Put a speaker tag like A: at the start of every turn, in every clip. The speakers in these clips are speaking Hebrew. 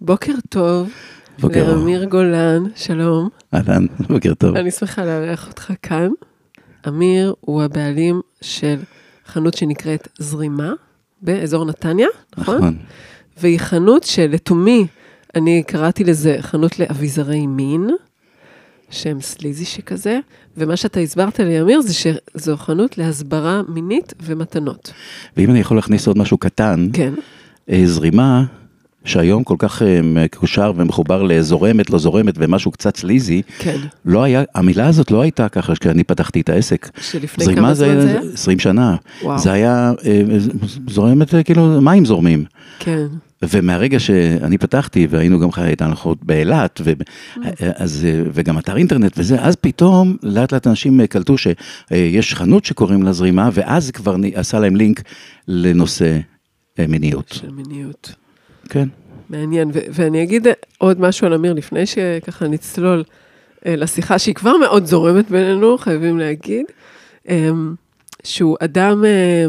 A: בוקר טוב
B: בוקר אור.
A: לאמיר גולן, שלום.
B: אהלן, בוקר טוב.
A: אני שמחה לארח אותך כאן. אמיר הוא הבעלים של חנות שנקראת זרימה באזור נתניה, נכון?
B: נכון.
A: והיא חנות שלתומי, אני קראתי לזה חנות לאביזרי מין, שם סליזי שכזה, ומה שאתה הסברת לי, אמיר, זה שזו חנות להסברה מינית ומתנות.
B: ואם אני יכול להכניס עוד משהו קטן,
A: כן.
B: אה, זרימה, שהיום כל כך אה, מקושר ומחובר לזורמת, לא זורמת ומשהו קצת סליזי,
A: כן,
B: לא היה, המילה הזאת לא הייתה ככה כשאני פתחתי את העסק.
A: שלפני כמה
B: זרימה
A: זמן זה היה?
B: 20 שנה.
A: וואו.
B: זה היה אה, זורמת, אה, כאילו, מים זורמים.
A: כן,
B: ומהרגע שאני פתחתי, והיינו גם חי- את ההנחות באילת, ו... אז, אה, וגם אתר אינטרנט וזה, אז פתאום לאט לאט אנשים אה, קלטו שיש חנות שקוראים לה זרימה, ואז כבר נ- עשה להם לינק לנושא אה, מיניות.
A: של מיניות.
B: כן.
A: מעניין, ו- ואני אגיד עוד משהו על אמיר לפני שככה נצלול אה, לשיחה שהיא כבר מאוד זורמת בינינו, חייבים להגיד, אה, שהוא אדם, אה,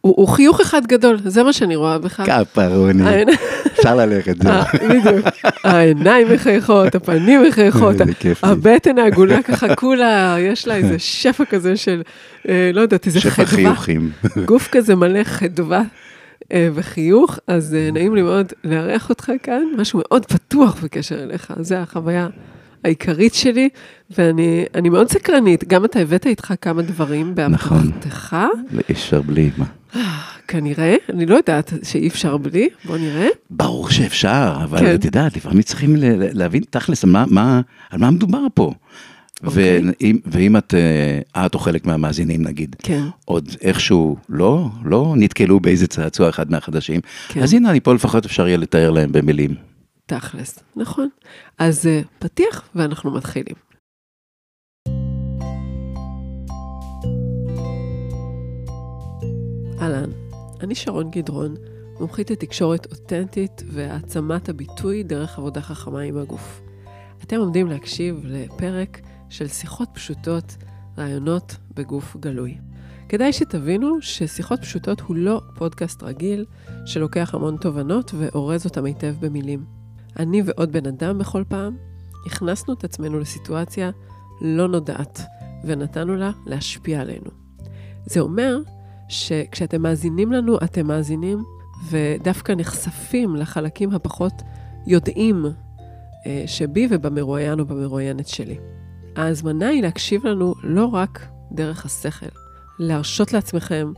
A: הוא, הוא חיוך אחד גדול, זה מה שאני רואה בך.
B: כן. כפרוני,
A: העיניים-
B: אפשר ללכת, לא-
A: אה, בדיוק. העיניים מחייכות, הפנים מחייכות,
B: איזה אה, כיף לי.
A: הבטן העגולה ככה כולה, יש לה איזה שפע כזה של, אה, לא יודעת, איזה
B: שפע
A: חדווה.
B: חיוכים.
A: גוף כזה מלא חדווה אה, וחיוך, אז אה, נעים לי מאוד לארח אותך כאן, משהו מאוד פתוח בקשר אליך, זו החוויה העיקרית שלי, ואני אני מאוד סקרנית, גם אתה הבאת איתך כמה דברים באמתחתך, אה,
B: אי אפשר בלי, לא, מה?
A: כנראה, אני לא יודעת שאי אפשר בלי, בוא נראה.
B: ברור שאפשר,
A: כן.
B: אבל את יודעת, לפעמים צריכים ל- ל- להבין תכלס על מה- מה- על מה מדובר פה.
A: אוקיי.
B: ואם- ואם את, אה, את או חלק מהמאזינים נגיד,
A: כן,
B: עוד איכשהו לא, לא נתקלו באיזה צעצוע אחד מהחדשים,
A: כן.
B: אז הנה, אני פה לפחות אפשר יהיה לתאר להם במילים.
A: תכלס, נכון. אז אה, פתיח ואנחנו מתחילים. אהלן, אני שרון גדרון, מומחית לתקשורת אותנטית והעצמת הביטוי דרך עבודה חכמה עם הגוף. אתם עומדים להקשיב לפרק של שיחות פשוטות, רעיונות בגוף גלוי. כדאי שתבינו ששיחות פשוטות הוא לא פודקאסט רגיל שלוקח המון תובנות ואורז אותם היטב במילים. אני ועוד בן אדם בכל פעם, הכנסנו את עצמנו לסיטואציה לא נודעת, ונתנו לה להשפיע עלינו. זה אומר שכשאתם מאזינים לנו, אתם מאזינים, ודווקא נחשפים לחלקים הפחות יודעים אה, שבי ובמרואיין או במרואיינת שלי. ההזמנה היא להקשיב לנו לא רק דרך השכל, להרשות לעצמכם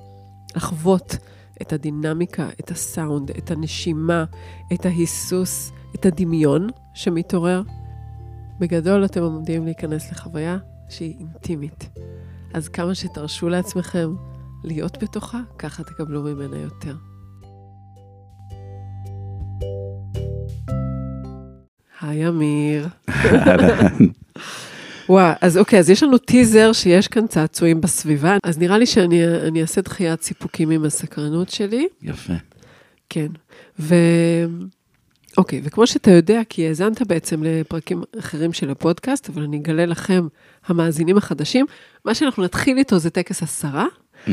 A: לחוות את הדינמיקה, את הסאונד, את הנשימה, את ההיסוס, את הדמיון שמתעורר. בגדול אתם עומדים להיכנס לחוויה שהיא אינטימית. אז כמה שתרשו לעצמכם להיות בתוכה, ככה תקבלו ממנה יותר. היי אמיר. וואה, אז אוקיי, אז יש לנו טיזר שיש כאן צעצועים בסביבה, אז נראה לי שאני אני אעשה דחיית סיפוקים עם הסקרנות שלי.
B: יפה.
A: כן. ו... אוקיי, וכמו שאתה יודע, כי האזנת בעצם לפרקים אחרים של הפודקאסט, אבל אני אגלה לכם, המאזינים החדשים, מה שאנחנו נתחיל איתו זה טקס עשרה,
B: Mm.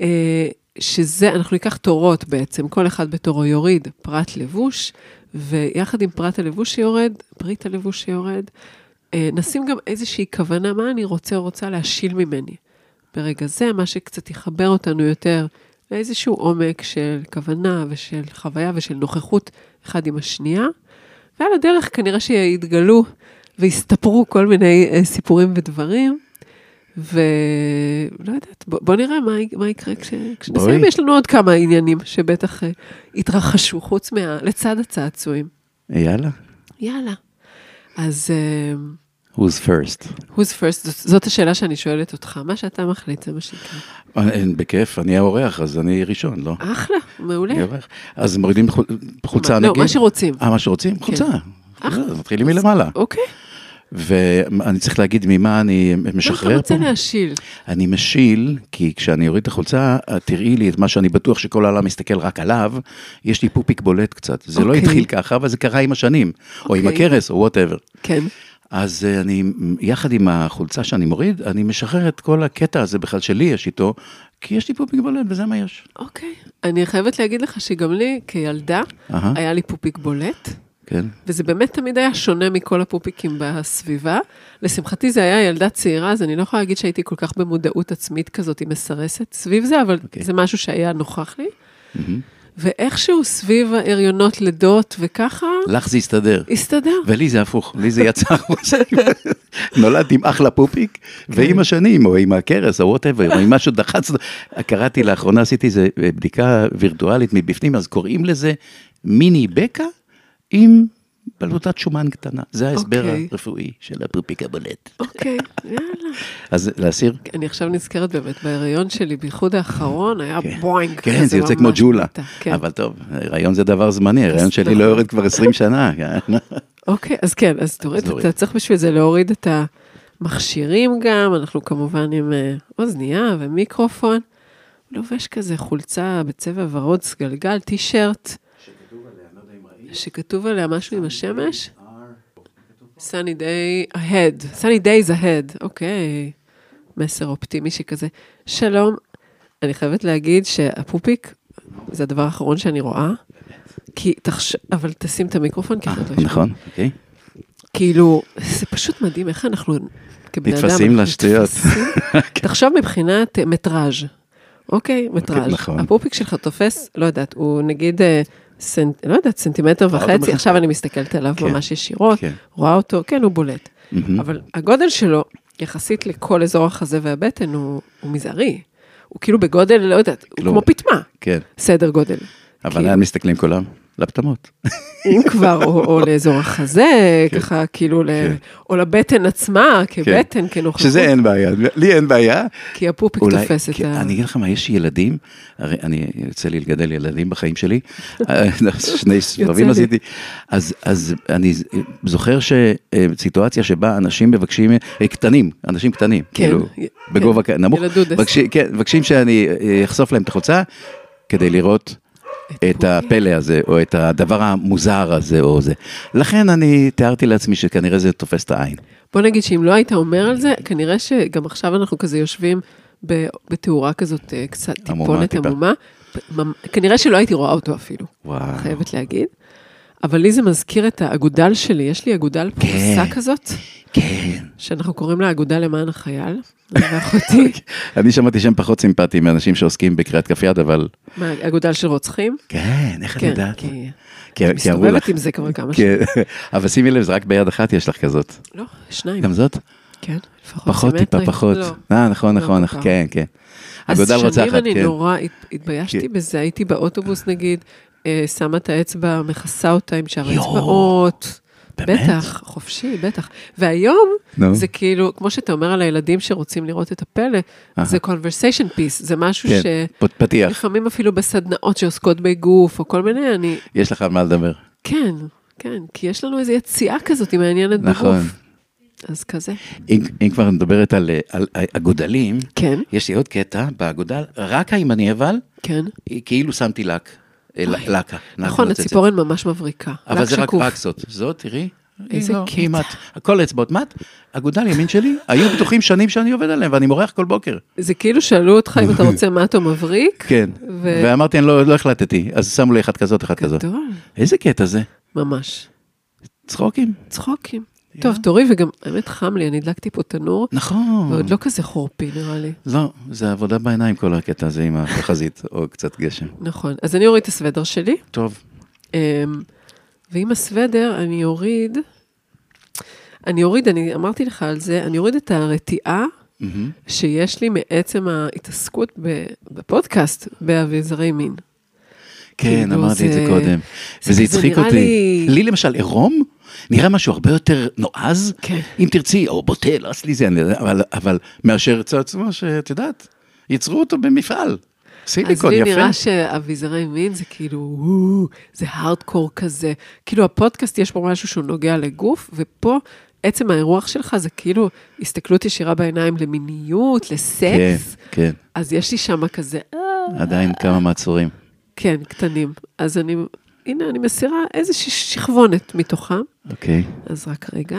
A: אה, שזה, אנחנו ניקח תורות בעצם, כל אחד בתורו יוריד פרט לבוש, ויחד עם פרט הלבוש שיורד, פריט הלבוש שיורד, אה, נשים גם איזושהי כוונה, מה אני רוצה או רוצה להשיל ממני. ברגע זה, מה שקצת יחבר אותנו יותר לאיזשהו עומק של כוונה ושל חוויה ושל נוכחות אחד עם השנייה. ועל הדרך כנראה שיתגלו ויסתפרו כל מיני אה, סיפורים ודברים. ולא יודעת, בוא, בוא נראה מה, י- מה יקרה כש... כשנסיים.
B: בואי.
A: יש לנו עוד כמה עניינים שבטח אה, התרחשו, חוץ מה... לצד הצעצועים.
B: יאללה,
A: יאללה. אז אה,
B: who's first.
A: Who's first? זאת, זאת השאלה שאני שואלת אותך, מה שאתה מחליט זה מה שיקרה.
B: אה, אין, בכיף, אני האורח, אז אני ראשון, לא?
A: אחלה, מעולה.
B: אני האורח. אז מורידים חו- חולצה,
A: מה- כן. אה.
B: נגיד?
A: לא, מה שרוצים.
B: אה, מה שרוצים? חולצה.
A: אחלה.
B: אז מתחילים מלמעלה.
A: אוקיי,
B: ואני צריך להגיד ממה אני
A: מה
B: משחרר
A: אתה
B: פה.
A: רוצה להשיל?
B: אני משיל, כי כשאני אוריד את החולצה, את תראי לי את מה שאני בטוח שכל העולם מסתכל רק עליו, יש לי פופיק בולט קצת. זה לא
A: אוקיי.
B: התחיל ככה, אבל זה קרה עם השנים, או עם
A: אוקיי.
B: הכרס, או וואטאבר.
A: כן,
B: אז אה, אני, יחד עם החולצה שאני מוריד, אני משחרר את כל הקטע הזה בכלל שלי יש איתו, כי יש לי פה מגבלת וזה מה יש.
A: אוקיי. אני חייבת להגיד לך שגם לי, כילדה,
B: אהה,
A: היה לי פופיק בולט,
B: כן.
A: וזה באמת תמיד היה שונה מכל הפופיקים בסביבה. לשמחתי זה היה ילדה צעירה, אז אני לא יכולה להגיד שהייתי כל כך במודעות עצמית כזאת, היא מסרסת סביב זה, אבל
B: אוקיי.
A: זה משהו שהיה נוכח לי.
B: מהמם.
A: ואיכשהו סביב ההריונות לידות וככה,
B: לך זה יסתדר.
A: הסתדר.
B: ולי זה הפוך, לי זה יצא החוצה. נולדתי עם אחלה פופיק,
A: כן.
B: ועם השנים, או עם הכרס, או וואטאבר, או עם משהו דחצנו. קראתי לאחרונה, עשיתי איזה אה, בדיקה וירטואלית מבפנים, אז קוראים לזה מיני בקע עם בלוטת שומן קטנה. זה ההסבר
A: אוקיי.
B: הרפואי של הפופיק הבולט.
A: אוקיי, יאללה.
B: אז להסיר?
A: אני עכשיו נזכרת באמת, בהיריון שלי, בייחוד האחרון, היה
B: כן.
A: בוינג.
B: כן,
A: כזה
B: זה יוצא כמו
A: ממש
B: ג'ולה.
A: קטע, כן.
B: אבל טוב, הריון זה דבר זמני, הריון
A: אז
B: שלי
A: טוב.
B: לא יורד כבר 20 שנה. כן.
A: אוקיי, אז כן, אז תוריד,
B: נוריד.
A: אתה צריך בשביל זה להוריד את המכשירים גם, אנחנו כמובן עם אה, אוזנייה ומיקרופון. הוא לובש כזה חולצה בצבע ורוד סגלגל, טישרט. שכתוב עליה משהו עם השמש? sunny day ahead, sunny days ahead, אוקיי. מסר אופטימי שכזה. שלום, אני חייבת להגיד שהפופיק זה הדבר האחרון שאני רואה. כי תחש... אבל תשים את המיקרופון, כי
B: אה,
A: אחרת לא ישמעו.
B: נכון, אוקיי.
A: כאילו, זה פשוט מדהים איך אנחנו, כבני אדם,
B: נתפסים
A: אנחנו
B: לשטויות.
A: נתפסים. תחשוב מבחינת אה, מטראז', אוקיי? מטראז'.
B: נכון.
A: הפופיק שלך תופס, לא יודעת, הוא נגיד, אה, סנט, לא יודעת, סנטימטר
B: אותו
A: וחצי,
B: מרחק.
A: עכשיו אני מסתכלת עליו
B: כן.
A: ממש ישירות,
B: כן. Mm-hmm.
A: רואה אותו, כן, הוא בולט.
B: מהמם.
A: נכון. אבל הגודל שלו, יחסית לכל אזור החזה והבטן, הוא הוא מזערי. הוא כאילו בגודל, לא יודעת, הוא
B: כלום.
A: כמו פטמה,
B: כן,
A: סדר גודל.
B: אבל
A: כאילו.
B: לאן מסתכלים כולם? לפטמות.
A: אם כבר, או, או לאזור החזה,
B: כן.
A: ככה כאילו, ל...
B: כן.
A: או לבטן עצמה, כבטן, כנוכחות,
B: שזה אין בעיה, לי אין בעיה.
A: כי הפופיק תופס את
B: כי-
A: ה...
B: אני אגיד לך מה, יש ילדים, הרי אני יוצא לי לגדל ילדים בחיים שלי, אה, שני סבבים
A: לי.
B: עשיתי, אז, אז אני זוכר שסיטואציה שבה אנשים מבקשים, אה, קטנים, אנשים קטנים,
A: כן,
B: כאילו,
A: כן.
B: בגובה כ- נמוך,
A: ילדודס.
B: מבקשים- כן, מבקשים שאני אה, אחשוף להם את החולצה, כדי לראות את הפלא הזה, או את הדבר המוזר הזה, או זה. לכן אני תיארתי לעצמי שכנראה זה תופס את העין.
A: בוא נגיד שאם לא היית אומר על זה, כנראה שגם עכשיו אנחנו כזה יושבים ב- בתאורה כזאת אה, קצת
B: עמומה,
A: טיפונת
B: טיפה.
A: עמומה, ממ- כנראה שלא הייתי רואה אותו אפילו,
B: וואו.
A: חייבת להגיד. אבל לי זה מזכיר את האגודל שלי, יש לי אגודל פרוסה כזאת,
B: כן.
A: שאנחנו קוראים לה אגודה למען החייל, אני ואחותי,
B: אוקיי. אני שמעתי שם פחות סימפטי מאנשים שעוסקים בקריאת כף יד, אבל...
A: מה, אגודל של רוצחים?
B: כן, איך את
A: כן,
B: יודעת?
A: כי
B: כי-
A: אני
B: כי אמרו לך.
A: מסתובבת עם זה כבר כמה שנים.
B: כן. אבל שימי לב, זה רק ביד אחת יש לך כזאת.
A: לא, שניים.
B: גם זאת?
A: כן, לפחות
B: פחות טיפה,
A: סימטרי.
B: פחות.
A: לא.
B: אה, נכון,
A: לא
B: נכון,
A: כל כך.
B: כן, כן.
A: אז
B: אגודל
A: שנים
B: רוצחת,
A: אני לא
B: כן.
A: נורא הת- התביישתי
B: כן.
A: בזה, הייתי באוטובוס נגיד, אה, שמה את האצבע, מכסה אותה עם שאר
B: יואו.
A: האצבעות.
B: באמת?
A: בטח, חופשי, בטח. והיום
B: נו.
A: זה כאילו, כמו שאתה אומר על הילדים שרוצים לראות את הפלא,
B: אהה.
A: זה conversation piece, זה משהו
B: כן, פ- פתיח,
A: שלפעמים אפילו בסדנאות שעוסקות בגוף או כל מיני, אני,
B: יש לך על מה לדבר.
A: כן, כן, כי יש לנו איזו יציאה כזאת היא מעניינת
B: נכון.
A: בגוף. אז כזה,
B: אם אם כבר מדברת על אה, על אגודלים,
A: כן,
B: יש לי עוד קטע באגודל, רק הימני אבל,
A: כן.
B: כאילו שמתי לק. אה, ל- לקה. לקה
A: נכון,
B: נוצצת.
A: הציפורן ממש מבריקה.
B: אבל
A: לק
B: זה רק
A: שקוף.
B: פקסות. זאת, תראי.
A: איזה
B: היא לא,
A: קטע.
B: היא מת. כל האצבעות מת. אגודל ימין שלי, היו בטוחים שנים שאני עובד עליהם, ואני מורח כל בוקר.
A: זה כאילו שאלו אותך אם אתה רוצה מטו מבריק.
B: כן.
A: ו-
B: ואמרתי, אני לא לא החלטתי. אז שמו לי אחת כזאת, אחת כזאת.
A: גדול,
B: איזה קטע זה?
A: ממש.
B: צחוקים.
A: צחוקים. טוב, תורי, וגם, האמת חם לי, אני הדלקתי פה תנור,
B: נכון.
A: ועוד לא כזה חורפי נראה לי.
B: לא, זה עבודה בעיניים כל הקטע הזה עם החזית, או קצת גשם.
A: נכון. אז אני אוריד את הסוודר שלי,
B: טוב.
A: אמ, ועם הסוודר אני אוריד, אני אוריד, אני אמרתי לך על זה, אני אוריד את הרתיעה
B: מהמם.
A: שיש לי מעצם ההתעסקות ב- בפודקאסט באביזרי מין.
B: כן,
A: כאילו,
B: אמרתי את זה
A: זה-
B: קודם.
A: זה
B: וזה
A: כזה
B: הצחיק
A: נראה
B: אותי.
A: לי-
B: לי למשל עירום, נראה משהו הרבה יותר נועז,
A: כן.
B: אם תרצי, או בוטה, לא עשי לי זה, אני- אבל- אבל מאשר צעצוע שאת יודעת, ייצרו אותו במפעל. סיליקון,
A: אז לי
B: יפה.
A: נראה שאביזרי מין זה כאילו, וואו, זה הארדקור כזה. כאילו הפודקאסט יש פה משהו שהוא נוגע לגוף, ופה עצם האירוח שלך זה כאילו הסתכלות ישירה בעיניים למיניות,
B: כן,
A: לסקס.
B: כן,
A: אז יש לי שם כזה, אה,
B: עדיין כמה מעצורים.
A: כן, קטנים. אז אני, הנה, אני מסירה איזושהי שכבונת מתוכם.
B: אוקיי.
A: אז רק רגע.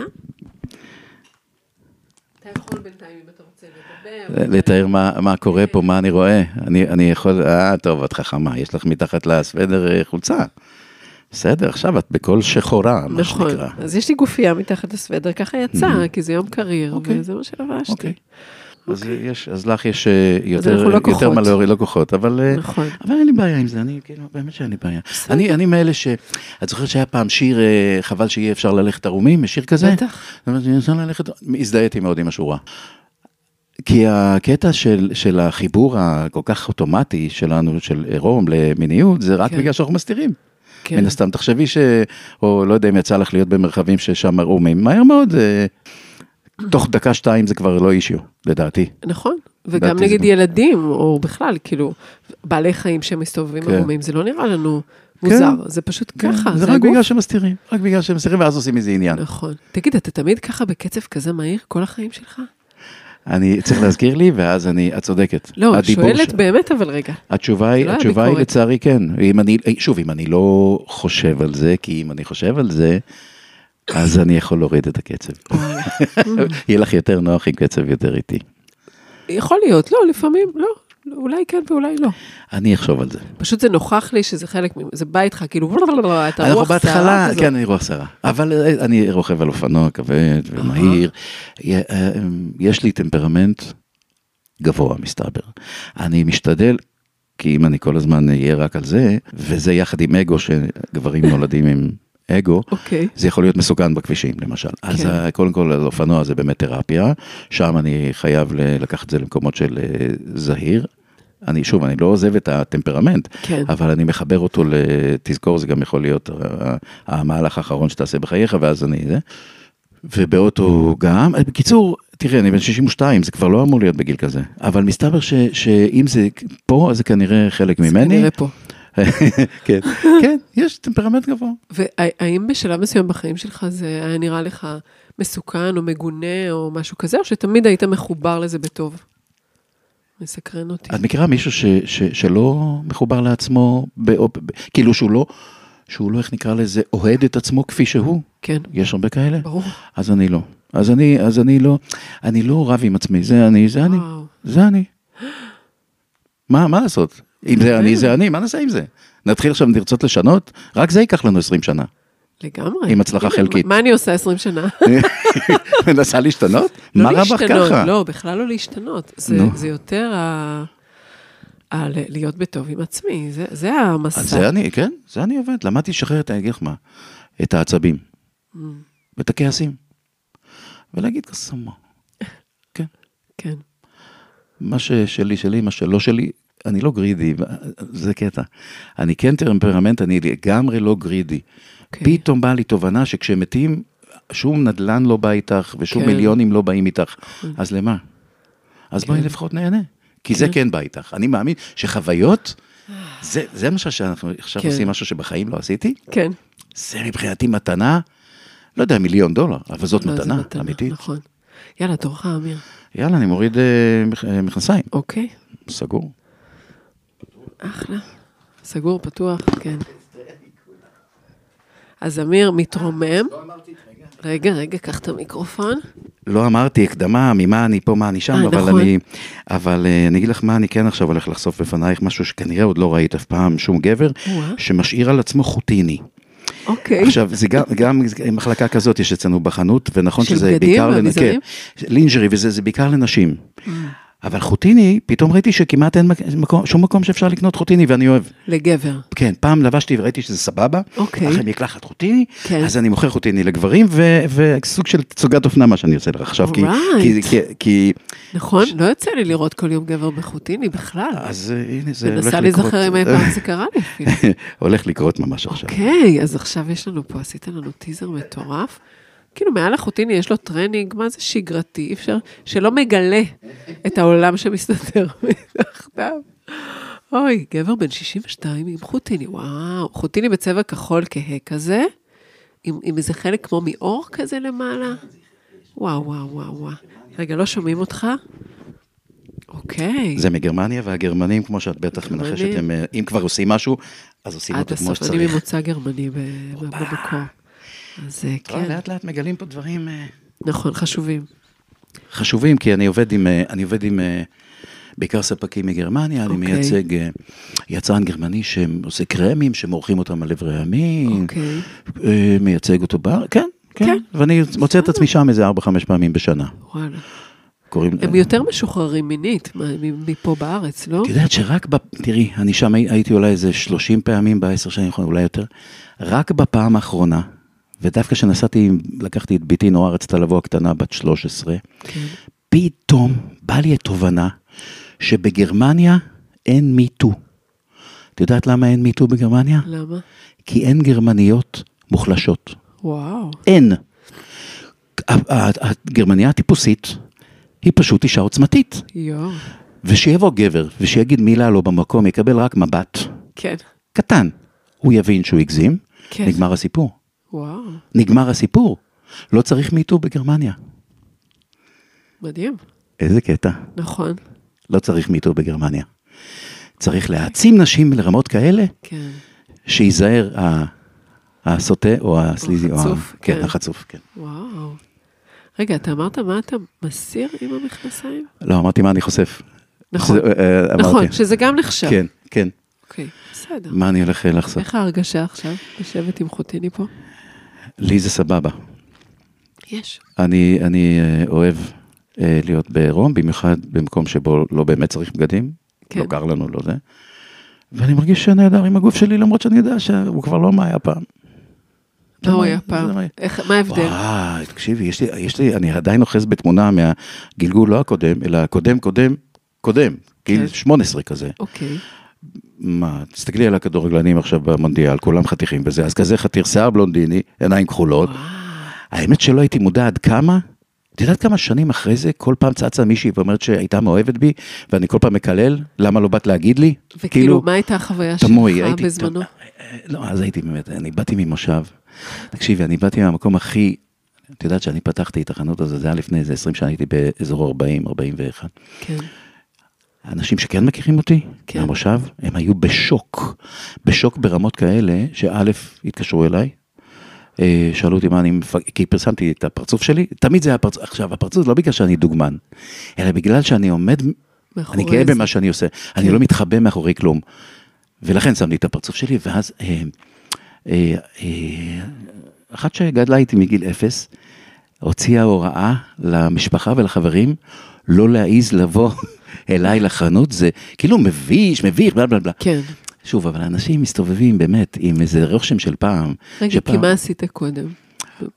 A: אתה יכול בינתיים, אם אתה רוצה, לדבר.
B: לתאר מה, מה קורה פה, מה אני רואה. אני, אני יכול, אה, טוב, את חכמה, יש לך מתחת לסוודר אה, חולצה. בסדר, עכשיו את בקול שחורה, מה
A: נכון,
B: שנקרא.
A: אז יש לי גופייה מתחת לסוודר, ככה יצא,
B: Mhm.
A: כי זה יום קריר,
B: אוקיי.
A: וזה מה שלבשתי.
B: אוקיי. אז, יש, אז לך יש אה, יותר,
A: אנחנו לא
B: יותר
A: כוחות.
B: מה להוריד, לא כוחות, אבל... אה,
A: נכון.
B: אבל אין לי בעיה עם זה, אני, כאילו, באמת שאין לי בעיה.
A: בסדר.
B: אני, אני מאלה ש... את זוכרת שהיה פעם שיר, אה, חבל שאי אפשר ללכת ערומים, יש שיר כזה?
A: בטח.
B: זאת אומרת, אני רוצה ללכת, הזדהיתי מאוד עם השורה. כי הקטע של, של החיבור הכל כך אוטומטי שלנו, של עירום למיניות, זה רק
A: כן.
B: כן. בגלל שאנחנו מסתירים.
A: כן.
B: כן. מן הסתם, תחשבי ש... או לא יודע אם יצא לך להיות במרחבים ששם עירומים, מהר מאוד, אה, תוך דקה-שתיים זה כבר לא אישיו, לדעתי.
A: נכון, וגם
B: לדעתי זה
A: נגד
B: גם-
A: ילדים, או בכלל, כאילו, בעלי חיים שמסתובבים
B: כן.
A: ערומים, זה לא נראה לנו מוזר, זה פשוט ככה,
B: זה
A: זה
B: רק
A: הגוף.
B: בגלל שמסתירים, רק בגלל שמסתירים, ואז עושים מזה עניין.
A: נכון. תגיד, אתה תמיד ככה בקצב כזה מהיר כל החיים שלך?
B: אני צריך להזכיר לי, ואז אני, את צודקת.
A: לא,
B: הדיבור
A: שואלת
B: ש-
A: באמת, אבל רגע.
B: התשובה היא,
A: לא היה
B: התשובה היא
A: ביקורת.
B: לצערי כן. אם אני, שוב, אם אני לא חושב על זה, כי אם אני חושב על זה, אז אני יכול להוריד את הקצב.
A: Mm.
B: יהיה לך יותר נוח עם קצב יותר איטי.
A: יכול להיות, לא, לפעמים, לא. אולי כן ואולי לא.
B: אני אחשוב על זה.
A: פשוט זה נוכח לי שזה חלק, מ- זה בא איתך, כאילו, אתה
B: אנחנו
A: רוח
B: בהתחלה,
A: סערה כזאת.
B: כן, אני רוח סערה. אבל אה, אני רוכב על אופנוע כבד ומהיר. י- אה, אה, יש לי טמפרמנט גבוה, מסתבר. אני משתדל, כי אם אני כל הזמן אהיה רק על זה, וזה יחד עם אגו, שגברים נולדים עם אגו,
A: אוקיי.
B: זה יכול להיות מסוכן בכבישים, למשל. כן. אז
A: כן.
B: ה- קודם כל, על אופנוע זה באמת תרפיה, שם אני חייב ל- לקחת את זה למקומות של אה, זהיר. אני, שוב, אני לא עוזב את הטמפרמנט,
A: כן.
B: אבל אני מחבר אותו ל... תזכור, זה גם יכול להיות אה, המהלך האחרון שתעשה בחייך, ואז אני... זה. ובאוטו גם, אה, בקיצור, תראה, אני בן 62, זה כבר לא אמור להיות בגיל כזה, אבל מסתבר ש, שאם זה פה, אז זה כנראה חלק
A: אז
B: ממני.
A: כנראה פה.
B: כן, כן, יש טמפרמנט גבוה.
A: והאם בשלב מסוים בחיים שלך זה היה נראה לך מסוכן או מגונה או משהו כזה, או שתמיד היית מחובר לזה בטוב? מסקרן אותי.
B: את מכירה מישהו ש, ש, שלא מחובר לעצמו, ב, או, ב, כאילו שהוא לא, שהוא לא, איך נקרא לזה, אוהד את עצמו כפי שהוא?
A: כן,
B: יש הרבה כאלה?
A: ברור.
B: אז אני לא. אז אני, אז אני לא, אני לא רב עם עצמי, זה אני, זה אני,
A: וואו.
B: זה אני. מה, מה לעשות? אם זה אני, זה אני, מה נעשה עם זה? נתחיל עכשיו לרצות לשנות? רק זה ייקח לנו 20 שנה.
A: לגמרי.
B: עם הצלחה
A: הנה,
B: חלקית.
A: מה- מה אני עושה 20 שנה?
B: מנסה להשתנות? מה
A: לא
B: רע בך
A: להשתנות,
B: ככה?
A: לא, בכלל לא להשתנות. זה-
B: נו.
A: זה יותר ה... ה- ל- להיות בטוב עם עצמי, זה- זה
B: אז
A: המסע.
B: זה אני, כן, זה אני עובד. למדתי לשחרר, את- אני אגיד לך מה, את העצבים
A: Mm.
B: ואת הכעסים. ולהגיד כסמה,
A: כן.
B: מה ששלי שלי, מה שלא שלי, אני לא גרידי, זה קטע. אני כן טמפרמנט, אני לגמרי לא גרידי.
A: אוקיי.
B: פתאום באה לי תובנה שכשמתים, שום נדלן לא בא איתך ושום
A: כן. נכון.
B: מיליונים לא באים איתך, אז למה? אז בואי לפחות נהנה, כי זה
A: כן.
B: כן בא איתך. אני מאמין שחוויות, זה- זה מה שאנחנו עכשיו
A: כן.
B: עושים משהו שבחיים לא עשיתי,
A: כן.
B: זה מבחינתי מתנה, לא יודע, מיליון דולר, אבל זאת
A: לא, זה
B: מתנה, אמיתית.
A: נכון. יאללה, תורך, אמיר.
B: יאללה, אני מוריד אה, מכ- אה, מכנסיים,
A: אוקיי.
B: סגור.
A: אחלה. סגור, פתוח, כן. אז אמיר מתרומם. רגע, רגע, קח את המיקרופון.
B: לא אמרתי הקדמה, ממה אני פה, מה אני שם,
A: אה,
B: אבל
A: נכון.
B: אני... אבל אה, אני אגיד לך מה אני כן עכשיו הולך לחשוף בפנייך, משהו שכנראה עוד לא ראית אף פעם שום גבר,
A: או-אה.
B: שמשאיר על עצמו חוטיני.
A: אוקיי.
B: עכשיו, זה גם, גם מחלקה כזאת יש אצלנו בחנות, ונכון
A: של
B: שזה
A: בגדים
B: בעיקר... לנ-
A: ואביזרים? אה.
B: כן, לינג'רי וזה, זה בעיקר לנשים. אבל חוטיני, פתאום ראיתי שכמעט אין מק- מקום, שום מקום שאפשר לקנות חוטיני, ואני אוהב.
A: לגבר.
B: כן, פעם לבשתי וראיתי שזה סבבה.
A: אוקיי.
B: אחרי מקלחת חוטיני,
A: כן.
B: אז אני מוכר חוטיני לגברים, ו- וסוג של תצוגת אופנה מה שאני עושה לך עכשיו, כי,
A: Alright.
B: כי, כי, כי,
A: נכון? לא יוצא לי לראות כל יום גבר בחוטיני בכלל.
B: אז אה, הנה זה הולך
A: מנסה
B: לקרות.
A: להיזכר אם אי פעם זה קרה לי אפילו.
B: הולך לקרות ממש עכשיו.
A: אוקיי, אז עכשיו יש לנו פה, עשית לנו טיזר מטורף. כאילו, מעל החוטיני יש לו טרנינג, מה זה שגרתי, אי אפשר, שלא מגלה את העולם שמסתתר מתחתיו. אוי, גבר בן 62 עם חוטיני, וואו, חוטיני בצבע כחול כהה כזה, עם, עם איזה חלק כמו מאור כזה למעלה. וואו, וואו, וואו, וואו. רגע, לא שומעים אותך? אוקיי.
B: זה מגרמניה, והגרמנים, כמו שאת בטח
A: גרמנים.
B: מנחשת, הם, אה, אם כבר עושים משהו, אז עושים
A: עד
B: אותו כמו
A: הסוף, אני
B: שצריך.
A: ממוצא גרמני ב- במקור. אז אה,
B: את רואה,
A: כן.
B: לא, לאט לאט מגלים פה דברים... אה,
A: נכון, חשובים.
B: חשובים, כי אני עובד עם, אה, אני עובד עם אה, בעיקר ספקים מגרמניה, אני
A: אוקיי.
B: מייצג אה, יצרן גרמני שעושה קרמים, שמורחים אותם על אברי המין,
A: אוקיי.
B: אה, מייצג אותו בר, כן,
A: כן.
B: כן, ואני מוצא את עצמי שם איזה 4-5 פעמים בשנה.
A: וואלה.
B: קוראים...
A: הם יותר משוחררים מינית מה- מ- מפה בארץ, לא?
B: את יודעת שרק ב... תראי, אני שם הי- הייתי אולי איזה 30 פעמים בעשר שנים האחרונות, אולי יותר. רק בפעם האחרונה, ודווקא כשנסעתי, עם- לקחתי את בתי נועה, רצתה לבוא הקטנה, בת 13,
A: כן.
B: פתאום בא לי התובנה שבגרמניה אין מיטו. את יודעת למה אין מיטו בגרמניה?
A: למה?
B: כי אין גרמניות מוחלשות.
A: וואו.
B: אין. ה- ה- הגרמניה הטיפוסית היא פשוט אישה עוצמתית.
A: יואו.
B: ושיבוא גבר ושיגיד מילה לא במקום, יקבל רק מבט
A: כן.
B: קטן. הוא יבין שהוא הגזים,
A: כן.
B: נגמר הסיפור.
A: וואו.
B: נגמר הסיפור. לא צריך מיטו בגרמניה.
A: מדהים.
B: איזה קטע.
A: נכון.
B: לא צריך מיטו בגרמניה. צריך להעצים נשים לרמות כאלה,
A: כן.
B: שייזהר ה- הסוטה או הסליזי.
A: החצוף,
B: ה- כן,
A: כן.
B: החצוף, כן.
A: וואו. רגע, אתה אמרת מה אתה מסיר עם המכנסיים?
B: לא, אמרתי מה אני חושף.
A: נכון.
B: זה, אה, אה,
A: נכון,
B: אמרתי.
A: שזה גם נחשב.
B: כן, כן.
A: אוקיי, בסדר.
B: מה אני הולך אה, לחשוף?
A: איך ההרגשה עכשיו? לשבת עם חוטיני פה?
B: לי זה סבבה.
A: יש.
B: אני, אני אה, אוהב אה, להיות בעירום, במיוחד במקום שבו לא באמת צריך בגדים.
A: כן.
B: כן. לא קר לנו, לא זה. ואני מרגיש שנהדר עם הגוף שלי, למרות שאני יודע שהוא כבר לא מה היה פעם.
A: מה הוא
B: זה
A: לא, היה
B: מה-
A: פעם?
B: זה מה-
A: איך- מה ההבדל?
B: וואי, תקשיבי, יש לי, יש לי, אני עדיין אוחז בתמונה מהגלגול לא הקודם, אלא הקודם, קודם, קודם,
A: כן.
B: גיל 18 כזה.
A: אוקיי.
B: כאילו, מה, תסתכלי על הכדורגלנים עכשיו במונדיאל, כולם חתיכים וזה, אז כזה חתיר שיער בלונדיני, עיניים כחולות. האמת שלא הייתי מודע עד כמה, את יודעת כמה שנים אחרי זה, כל פעם צצה מישהי ואומרת שהייתה מאוהבת בי, ואני כל פעם מקלל, למה לא באת להגיד לי?
A: וכאילו, מה הייתה החוויה
B: תמוה,
A: שלך
B: הייתי-
A: בזמנו?
B: לא, אז הייתי באמת, אני באתי ממושב. תקשיבי, אני באתי מהמקום הכי... את יודעת שאני פתחתי את החנות הזאת, זה היה לפני איזה 20 שנה, הייתי באזור 40, 41.
A: כן.
B: האנשים שכן מכירים אותי,
A: כן.
B: כן. מהמושב, הם היו בשוק. בשוק ברמות כאלה, שא', התקשרו אליי, אה, שאלו אותי מה אני מפ... כי פרסמתי את הפרצוף שלי, תמיד זה היה פרצוף, עכשיו, הפרצוף זה לא בגלל שאני דוגמן, אלא בגלל שאני עומד,
A: מאחורי
B: אני גאה
A: זה.
B: במה שאני עושה,
A: כן.
B: אני לא מתחבא מאחורי כלום. ולכן שמתי את הפרצוף שלי, ואז אה, אה, אה, אחת שגדלה איתי מגיל אפס, הוציאה הוראה למשפחה ולחברים לא להעיז לבוא אליי לחנות, זה כאילו מביש, מביך, בלה בלה בלה.
A: כן.
B: שוב, אבל האנשים מסתובבים באמת עם איזה רושם של פעם.
A: רגע, כי
B: שפעם-
A: מה עשית קודם?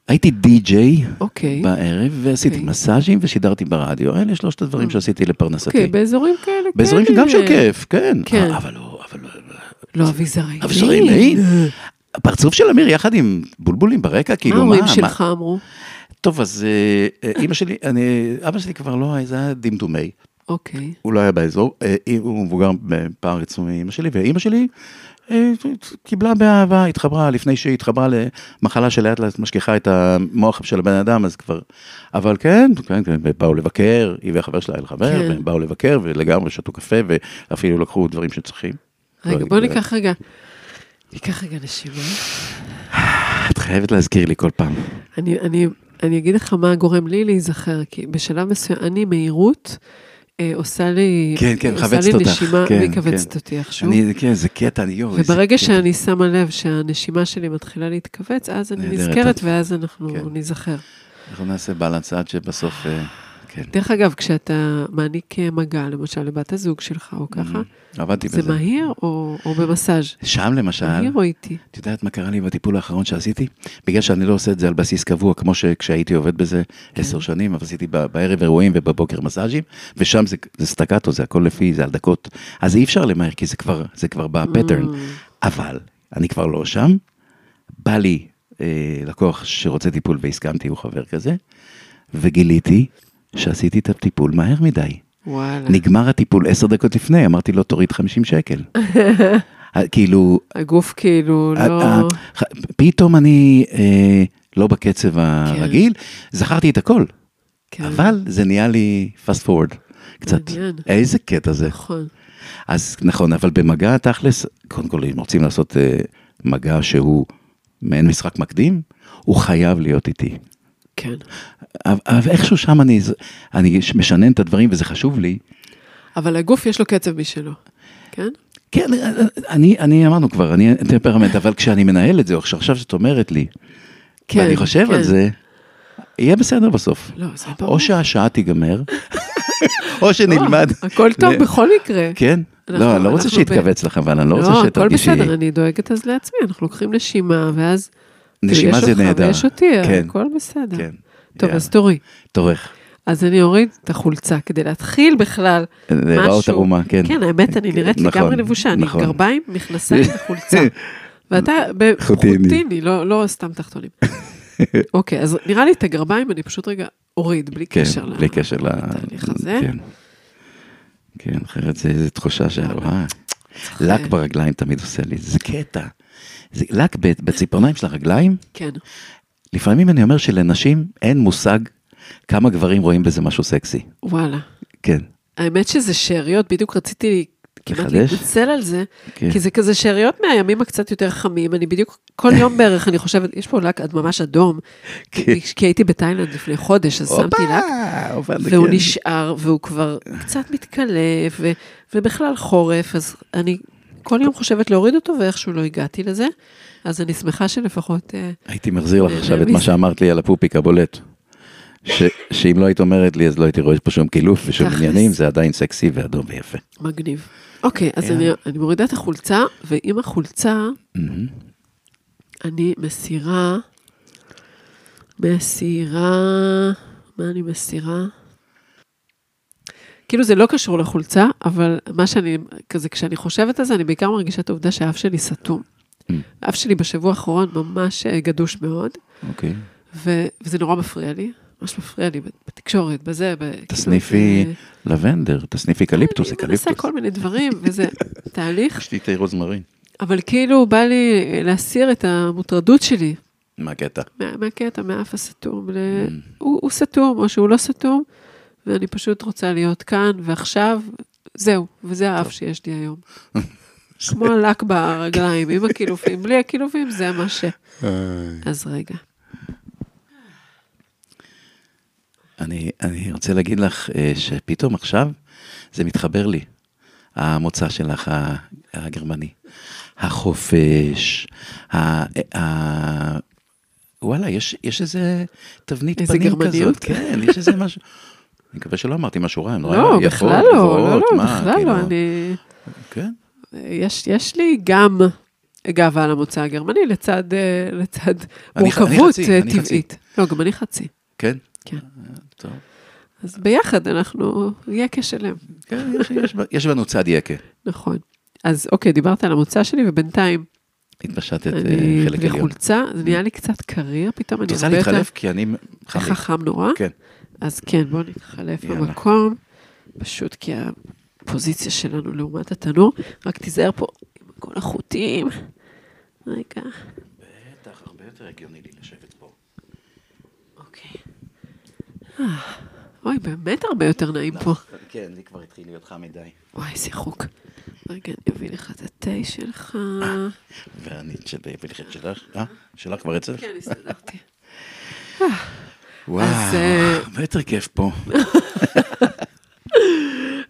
B: הייתי די-ג'יי
A: אוקיי.
B: בערב, ועשיתי
A: אוקיי.
B: מסאז'ים ושידרתי ברדיו. אלה שלושת הדברים שעשיתי לפרנסתי.
A: אוקיי, באזורים כאלה, כן.
B: באזורים שגם של כיף, כן.
A: כן.
B: אבל לא, אבל לא,
A: לא, אביזרי.
B: אביזרים, אין. הפרצוף של אמיר יחד עם בולבולים ברקע, כאילו
A: מה
B: מה,
A: ההורים
B: מה-
A: שלך אמרו?
B: טוב, אז אה, אה, אימא שלי, אני, אבא שלי כבר לא, היה- זה היה דמדומי.
A: אוקיי.
B: הוא לא היה באזור, אה, אי- הוא מבוגר בפער עצום מאמא שלי, ואימא שלי אה, קיבלה באהבה, התחברה לפני שהיא התחברה למחלה שלאט לאט משכיחה את המוח של הבן אדם, אז כבר... אבל כן, כן, כן, באו לבקר, היא והחבר שלה היה לחבר,
A: כן.
B: והם באו לבקר, ולגמרי שתו קפה, ואפילו לקחו דברים שצריכים.
A: רגע,
B: לא,
A: בוא
B: אני-
A: ניקח רגע. ניקח רגע נשימה.
B: את חייבת להזכיר לי כל פעם.
A: אני, אני, אני אגיד לך מה גורם לי להיזכר, כי בשלב מסוים, אני מהירות אה, עושה לי,
B: כן, כן,
A: עושה
B: מכווצת
A: לי
B: אותך,
A: נשימה
B: כן,
A: מכווצת
B: כן.
A: אותי איכשהו.
B: אני, כן, זה כן. קטע, אני יו"ר.
A: וברגע שאני שמה לב שהנשימה שלי מתחילה להתכווץ, אז אני
B: נהדרת,
A: נזכרת
B: את-
A: ואז אנחנו
B: כן.
A: ניזכר.
B: אנחנו נעשה בלנס עד שבסוף... אה, כן.
A: דרך אגב, כשאתה מעניק אה, מגע, למשל לבת הזוג שלך
B: Mm-hmm.
A: או ככה,
B: אמ, עבדתי
A: זה
B: בזה.
A: מהיר או, או במסאז'?
B: שם למשל,
A: מהיר או איטי?
B: את יודעת מה קרה לי בטיפול האחרון שעשיתי? בגלל שאני לא עושה את זה על בסיס קבוע, כמו שכשהייתי עובד בזה עשר שנים, אבל עשיתי ב- בערב אירועים ובבוקר מסאז'ים, ושם זה, זה סטקטו, זה הכל לפי, זה על דקות. אז אי אפשר למהר, כי זה כבר, זה כבר בפטרן. אבל אני כבר לא שם, בא לי אה, לקוח שרוצה טיפול והסכמתי, הוא חבר כזה, וגיליתי שעשיתי את הטיפול מהר מדי.
A: אה. וואלה,
B: נגמר הטיפול עשר דקות לפני, אמרתי לו, תוריד 50 שקל. אה, כאילו,
A: הגוף כאילו
B: אה, אה,
A: לא...
B: ח- פתאום אני אה, לא בקצב הרגיל, זכרתי את הכל,
A: כן,
B: אבל זה נהיה לי fast forward קצת.
A: מעניין.
B: איזה קטע זה.
A: נכון.
B: אז נכון, אבל במגע תכלס, קודם כל, אם רוצים לעשות אה, מגע שהוא מעין משחק מקדים, הוא חייב להיות איתי.
A: כן.
B: אבל- אבל איכשהו שם אני, אני משנן את הדברים וזה חשוב לי.
A: אבל הגוף יש לו קצב משלו, כן?
B: כן, אני, אני אמרנו כבר, אני טמפרמנט, אבל כשאני מנהל את זה, או כשעכשיו שאת אומרת לי,
A: כן.
B: ואני חושב
A: כן.
B: על זה, יהיה בסדר בסוף.
A: לא, זה ברור.
B: או שהשעה תיגמר, או
A: לא,
B: שנלמד.
A: הכל טוב
B: ל-
A: בכל מקרה.
B: כן?
A: אנחנו-
B: לא, אני לא רוצה
A: אנחנו ב-
B: שיתכווץ לך, אבל אני לא
A: לא,
B: רוצה
A: הכל
B: שתרגישי...
A: בסדר, אני דואגת אז לעצמי, אנחנו לוקחים נשימה, ואז... כאילו,
B: נשימה
A: יש
B: זה
A: אותך
B: נהדר.
A: ויש אותי,
B: כן.
A: הכל בסדר.
B: כן.
A: טוב,
B: יאללה.
A: אז תורי.
B: תורך.
A: אז אני אוריד את החולצה כדי להתחיל בכלל.
B: להיראות
A: משהו.
B: אה, ערומה, כן.
A: כן, האמת, אני נראית
B: נכון,
A: לגמרי לבושה. אני
B: נכון.
A: גרביים, מכנסיים וחולצה. ואתה
B: חוטיני.
A: בחוטיני, לא לא סתם תחתונים. אוקיי, אז נראה לי את הגרביים אני פשוט רגע אוריד, בלי
B: כן,
A: קשר. ל-
B: בלי קשר ל...
A: לתהליך הזה.
B: כן. כן, אחרת זה איזו תחושה של...
A: אה,
B: וואי.
A: צריך,
B: לק
A: אה,
B: ברגליים תמיד עושה לי, זה קטע. זה לק ב- בציפורניים של הרגליים,
A: כן,
B: לפעמים אני אומר שלנשים אין מושג כמה גברים רואים בזה משהו סקסי.
A: וואלה.
B: כן,
A: האמת שזה שאריות, בדיוק רציתי כמעט
B: לחדש?
A: להתנצל על זה,
B: כן.
A: כי זה כזה שאריות מהימים הקצת יותר חמים, אני בדיוק, כל יום בערך אני חושבת, יש פה לק עד ממש אדום,
B: כן.
A: כי הייתי בתאילנד לפני חודש, אז שמתי לק,
B: הופה,
A: והוא
B: כן.
A: נשאר, והוא כבר קצת מתקלף, ו- ובכלל חורף, אז אני כל יום חושבת להוריד אותו, ואיכשהו לא הגעתי לזה, אז אני שמחה שלפחות... אה,
B: הייתי מחזיר לך
A: אה,
B: עכשיו את
A: מי
B: מה
A: זה?
B: שאמרת לי על הפופיק הבולט. ש- שאם לא היית אומרת לי, אז לא הייתי רואה פה שום קילוף ושום
A: תכלס.
B: עניינים, זה עדיין סקסי ואדום ויפה.
A: מגניב. אוקיי, אז
B: יאללה.
A: אני, אני מורידה את החולצה, ועם החולצה
B: מהמם.
A: אני מסירה, מסירה, מה אני מסירה? כאילו זה לא קשור לחולצה, אבל מה שאני, כזה כשאני חושבת על זה, אני בעיקר מרגישה את העובדה שהאף שלי סתום.
B: Mm.
A: האף שלי בשבוע האחרון ממש אה, גדוש מאוד,
B: אוקיי.
A: ו, וזה נורא מפריע לי, ממש מפריע לי בתקשורת, בזה, ב... כאילו,
B: תסניפי
A: זה-
B: לבנדר, תסניפי אקליפטוס,
A: אני מנסה
B: אקליפטוס.
A: כל מיני דברים, וזה תהליך.
B: יש לי תה רוזמרין.
A: אבל כאילו בא לי להסיר את המוטרדות שלי
B: מה הקטע?
A: מה- מהקטע, מהאף
B: Mm.
A: הסתום. ל... הוא, הוא סתום או שהוא לא סתום, ואני פשוט רוצה להיות כאן ועכשיו, זהו, וזה האף שיש לי היום. כמו הלק ברגליים, עם הכילופים, בלי הכילופים, זה מה ש... אז רגע.
B: אני, אני רוצה להגיד לך אה, שפתאום עכשיו זה מתחבר לי, המוצא שלך ה- הגרמני. החופש, ה... ה וואלה, יש, יש איזה תבנית
A: איזה
B: פנים
A: גרמניות.
B: כזאת. כן, יש איזה משהו. אני מקווה שלא אמרתי משהו רע, הן נורא
A: לא,
B: יפות,
A: בכלל לא, לא,
B: גבוהות,
A: לא,
B: מה,
A: בכלל
B: כאילו,
A: לא, אני...
B: כן,
A: יש, יש לי גם גאווה על המוצא הגרמני לצד, אה, לצד
B: אני ח- אני
A: מורכבות
B: חצי,
A: אה,
B: אני חצי.
A: טבעית. לא, גם אני חצי.
B: כן.
A: כן.
B: אה, טוב.
A: אז ביחד אנחנו, יהיה כשלם,
B: כן, יש, יש, ב- יש בנו צד יקה.
A: נכון. אז אוקיי, דיברת על המוצא שלי, ובינתיים
B: התפשטת אה,
A: אני
B: חלק עליון.
A: בחולצה, זה נהיה לי קצת קריר, פתאום
B: את
A: אני
B: רוצה
A: הרבה יותר
B: להתחלף? כי אני חם לי.
A: חכם נורא.
B: כן.
A: אז כן, בואו נתחלף
B: יאללה.
A: במקום, פשוט כי הפוזיציה שלנו לעומת התנור, רק תיזהר פה עם כל החוטים. רגע,
B: בטח, הרבה יותר הגיוני לי לשבת פה.
A: אוקיי. אה, אוי, באמת הרבה יותר נעים פה.
B: כן, לי כבר התחיל להיות חם מדי.
A: וואי, איזה חוק. רגע, אני אביא לך את התה שלך.
B: ואני שלי, ולכן שלך? אה? שלך כבר אצלך?
A: כן, הסתדרתי.
B: וואו,
A: אז, אה,
B: הרבה יותר כיף פה.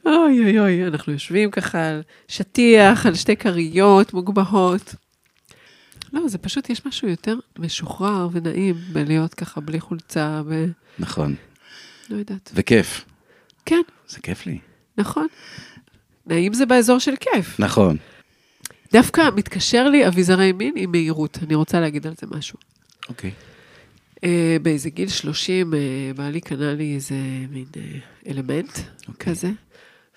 A: אוי אוי אוי, אנחנו יושבים ככה על שטיח, על שתי כריות מוגבהות. לא, זה פשוט, יש משהו יותר משוחרר ונעים בלהיות ככה בלי חולצה, ב...
B: נכון,
A: לא יודעת.
B: וכיף.
A: כן,
B: זה כיף לי.
A: נכון. נעים זה באזור של כיף.
B: נכון.
A: דווקא מתקשר לי אביזרי מין עם מהירות, אני רוצה להגיד על זה משהו.
B: אוקיי.
A: אה, באיזה גיל 30, אה, בעלי קנה לי איזה מין אה, אלמנט
B: אוקיי.
A: כזה,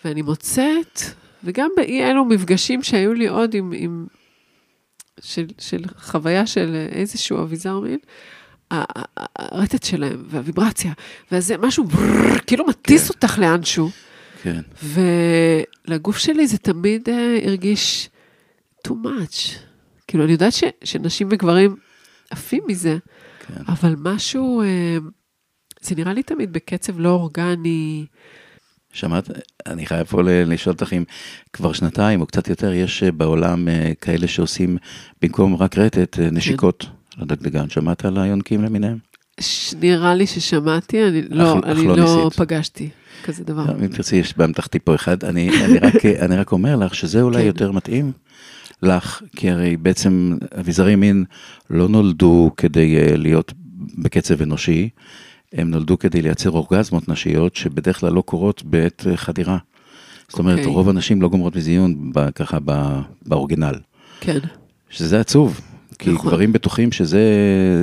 A: ואני מוצאת, וגם באי אלו מפגשים שהיו לי עוד עם, עם של, של חוויה של איזשהו אביזר מין, ה- ה- ה- הרטט שלהם, והוויברציה, ואז זה משהו, בררר, כאילו מטיס אותך לאנשהו,
B: כן.
A: ולגוף שלי זה תמיד אה, הרגיש too much. כאילו, אני יודעת ש, שנשים וגברים עפים מזה,
B: כן.
A: אבל משהו, אה, זה נראה לי תמיד בקצב לא אורגני.
B: שמעת? אני חייב פה ל- לשאול אותך אם כבר שנתיים או קצת יותר יש אה, בעולם אה, כן. לא כאלה שעושים במקום רק רטט אה, נשיקות לדגדגן. שמעת על היונקים למיניהם?
A: ש- נראה לי ששמעתי, אני לא,
B: אך- אך
A: אני
B: לא
A: לא
B: ניסית. אה.
A: פגשתי כזה דבר.
B: אם תרצי, יש באמתחתי פה אחד. אני, אני, רק, אני רק אומר לך שזה אולי
A: כן.
B: יותר מתאים לך, כי הרי בעצם אביזרי מין לא נולדו כדי אה, להיות בקצב אנושי, הם נולדו כדי לייצר אורגזמות נשיות שבדרך כלל לא קורות בעת אה, חדירה. זאת אומרת,
A: אוקיי.
B: רוב הנשים לא גומרות מזיון ב- ככה ב- באורגינל,
A: כן,
B: שזה עצוב. כי
A: נכון.
B: גברים בטוחים שזה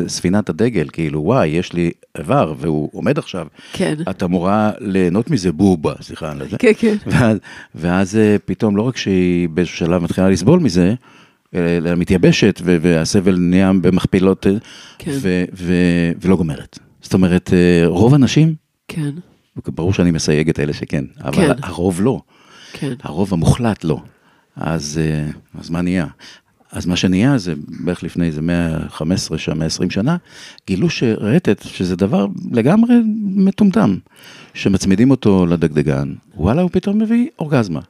B: ספינת הדגל, כאילו, וואי, יש לי איבר והוא עומד עכשיו,
A: כן,
B: את אמורה ליהנות מזה בובה, סליחה על זה.
A: כן, כן,
B: ואז, ואז אה, פתאום לא רק שהיא באיזשהו שלב מתחילה לסבול מזה, אה, אלא אלא מתייבשת ו- והסבל נהיה במכפילות, אה,
A: כן.
B: ו- ו- ולא גומרת. זאת אומרת, אה, רוב הנשים,
A: כן,
B: ברור שאני מסייג את אלה שכן, אבל
A: כן.
B: הרוב לא,
A: כן,
B: הרוב המוחלט לא. אז, אה, אז מה נהיה? אז מה שנהיה זה בערך לפני איזה 115 שנה, 120 שנה, גילו שרטט, שזה דבר לגמרי מטומטם, שמצמידים אותו לדגדגן, וואלה, הוא פתאום מביא אורגזמה.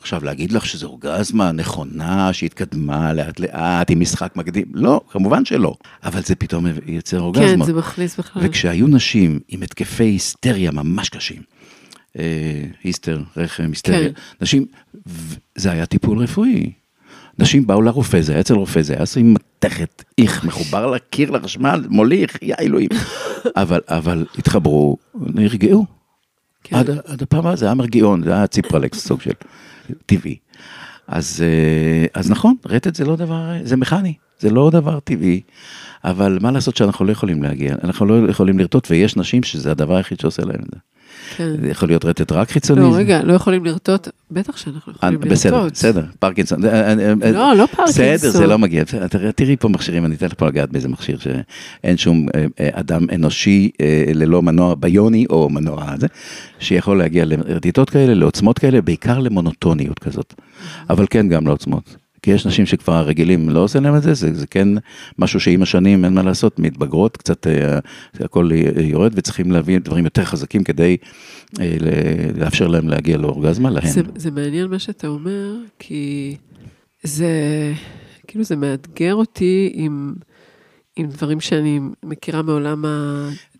B: עכשיו, להגיד לך שזו אורגזמה נכונה, שהתקדמה לאט לאט, עם משחק מקדים, לא, כמובן שלא, אבל זה פתאום יוצר אורגזמה.
A: כן, זה מכניס בכלל.
B: וכשהיו נשים עם התקפי היסטריה ממש קשים, אה, היסטר, רחם, היסטריה,
A: כן.
B: נשים, ו- זה היה טיפול רפואי. נשים באו לרופא, זה היה אצל רופא, זה היה עושים מתכת, איך, מחובר לקיר, לחשמל, מוליך, יא אלוהים. אבל, אבל התחברו, נרגעו.
A: כן.
B: עד, עד הפעם הזאת, זה היה מרגיעון, זה היה ציפרלקס, סוג של טבעי. אז, אה, אז נכון, רטט זה לא דבר, זה מכני, זה לא דבר טבעי, אבל מה לעשות שאנחנו לא יכולים להגיע, אנחנו לא יכולים לרטוט, ויש נשים שזה הדבר היחיד שעושה להם את זה.
A: כן.
B: זה יכול להיות רטט רק חיצוני.
A: לא,
B: זה-
A: רגע, לא יכולים לרטוט, בטח שאנחנו
B: אה,
A: יכולים לרטוט.
B: בסדר, בסדר, פרקינסון. זה- אה, אה,
A: לא,
B: אה,
A: לא פרקינסון.
B: בסדר, זה לא מגיע. בסדר, תראה- תראי פה מכשירים, אני אתן לך פה לגעת באיזה מכשיר שאין שום אה, אה, אדם אנושי אה, ללא מנוע ביוני או מנוע זה, שיכול להגיע לרדיטות כאלה, לעוצמות כאלה, בעיקר למונוטוניות כזאת. אבל כן גם לעוצמות. כי יש נשים שכבר הרגילים לא עושים להם את זה, זה, זה כן משהו שעם השנים אין מה לעשות, מתבגרות, קצת אה, הכל אה, יורד וצריכים להביא דברים יותר חזקים כדי אה, ל- לאפשר להם להגיע לאורגזמה, להן.
A: זה, זה מעניין מה שאתה אומר, כי זה, כאילו זה מאתגר אותי עם, עם דברים שאני מכירה מעולם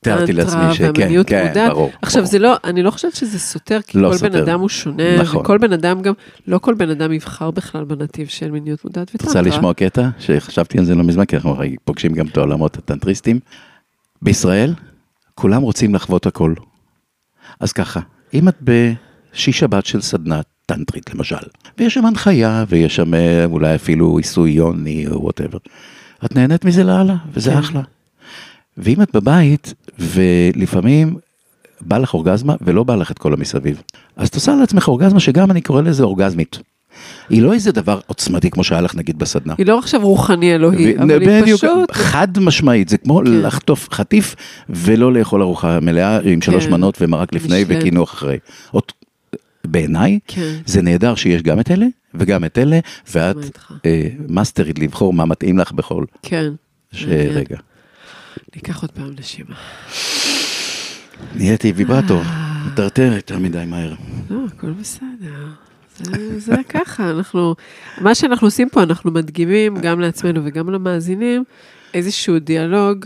B: תיארתי
A: הטנטרה
B: לעצמי שכן,
A: והמיניות
B: כן,
A: מודעת.
B: ברור.
A: עכשיו,
B: ברור.
A: זה לא, אני לא חושבת שזה סותר, כי
B: לא
A: כל בן
B: סותר.
A: אדם הוא שונה,
B: נכון.
A: וכל בן אדם גם, לא כל בן אדם יבחר בכלל בנתיב של מיניות מודעת
B: את
A: וטנטרה.
B: רוצה לשמוע קטע שחשבתי על זה לא מזמן, כי אנחנו הרי פוגשים גם את העולמות הטנטריסטים. בישראל, כולם רוצים לחוות הכל. אז ככה, אם את בשיש שבת של סדנה טנטרית למשל, ויש שם הנחיה, ויש שם אה, אולי אפילו עיסוי יוני או וואטאבר, את נהנית מזה לאללה, וזה
A: כן.
B: אחלה. ואם את בבית, ולפעמים בא לך אורגזמה ולא בא לך את כל המסביב, אז את עושה לעצמך אורגזמה שגם אני קורא לזה אורגזמית. היא לא איזה דבר עוצמתי כמו שהיה לך נגיד בסדנה.
A: היא לא עכשיו רוחני אלוהי,
B: ו-
A: אבל היא
B: בדיוק,
A: פשוט...
B: חד משמעית, זה כמו
A: כן.
B: לחטוף חטיף ולא לאכול ארוחה מלאה עם שלוש
A: כן.
B: מנות ומרק לפני
A: משלם.
B: וקינוח אחרי. עוד- בעיניי,
A: כן,
B: זה נהדר שיש גם את אלה וגם את אלה, ואת
A: מסכימה איתך.
B: אה, מאסטרית לבחור מה מתאים לך בכל
A: כן.
B: ש-
A: מעניין.
B: רגע.
A: ניקח עוד פעם נשימה.
B: נהייתי ויברטור,
A: אה.
B: מטרטר יותר מדי מהר.
A: לא, הכל בסדר. זה- זה ככה, אנחנו, מה שאנחנו עושים פה, אנחנו מדגימים גם לעצמנו וגם למאזינים איזשהו דיאלוג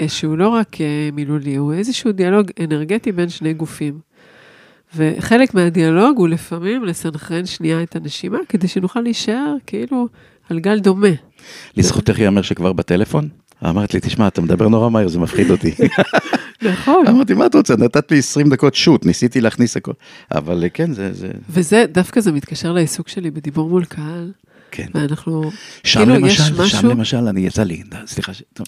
A: אה, שהוא לא רק אה, מילולי, הוא איזשהו דיאלוג אנרגטי בין שני גופים. וחלק מהדיאלוג הוא לפעמים לסנכרן שנייה את הנשימה, כדי שנוכל להישאר כאילו על גל דומה.
B: לזכותך ייאמר שכבר בטלפון, אמרת לי, תשמע, אתה מדבר נורא מהר, זה מפחיד אותי.
A: נכון.
B: אמרתי, מה את רוצה? נתת לי 20 דקות שוט, ניסיתי להכניס הכל. אבל אה, כן, זה... זה-
A: וזה, דווקא זה מתקשר לעיסוק שלי בדיבור מול קהל,
B: כן.
A: ואנחנו,
B: שם
A: אה, כאילו, יש
B: למשל, שם
A: משהו-
B: למשל, אני יצא לי, לא, סליחה, ש- טוב,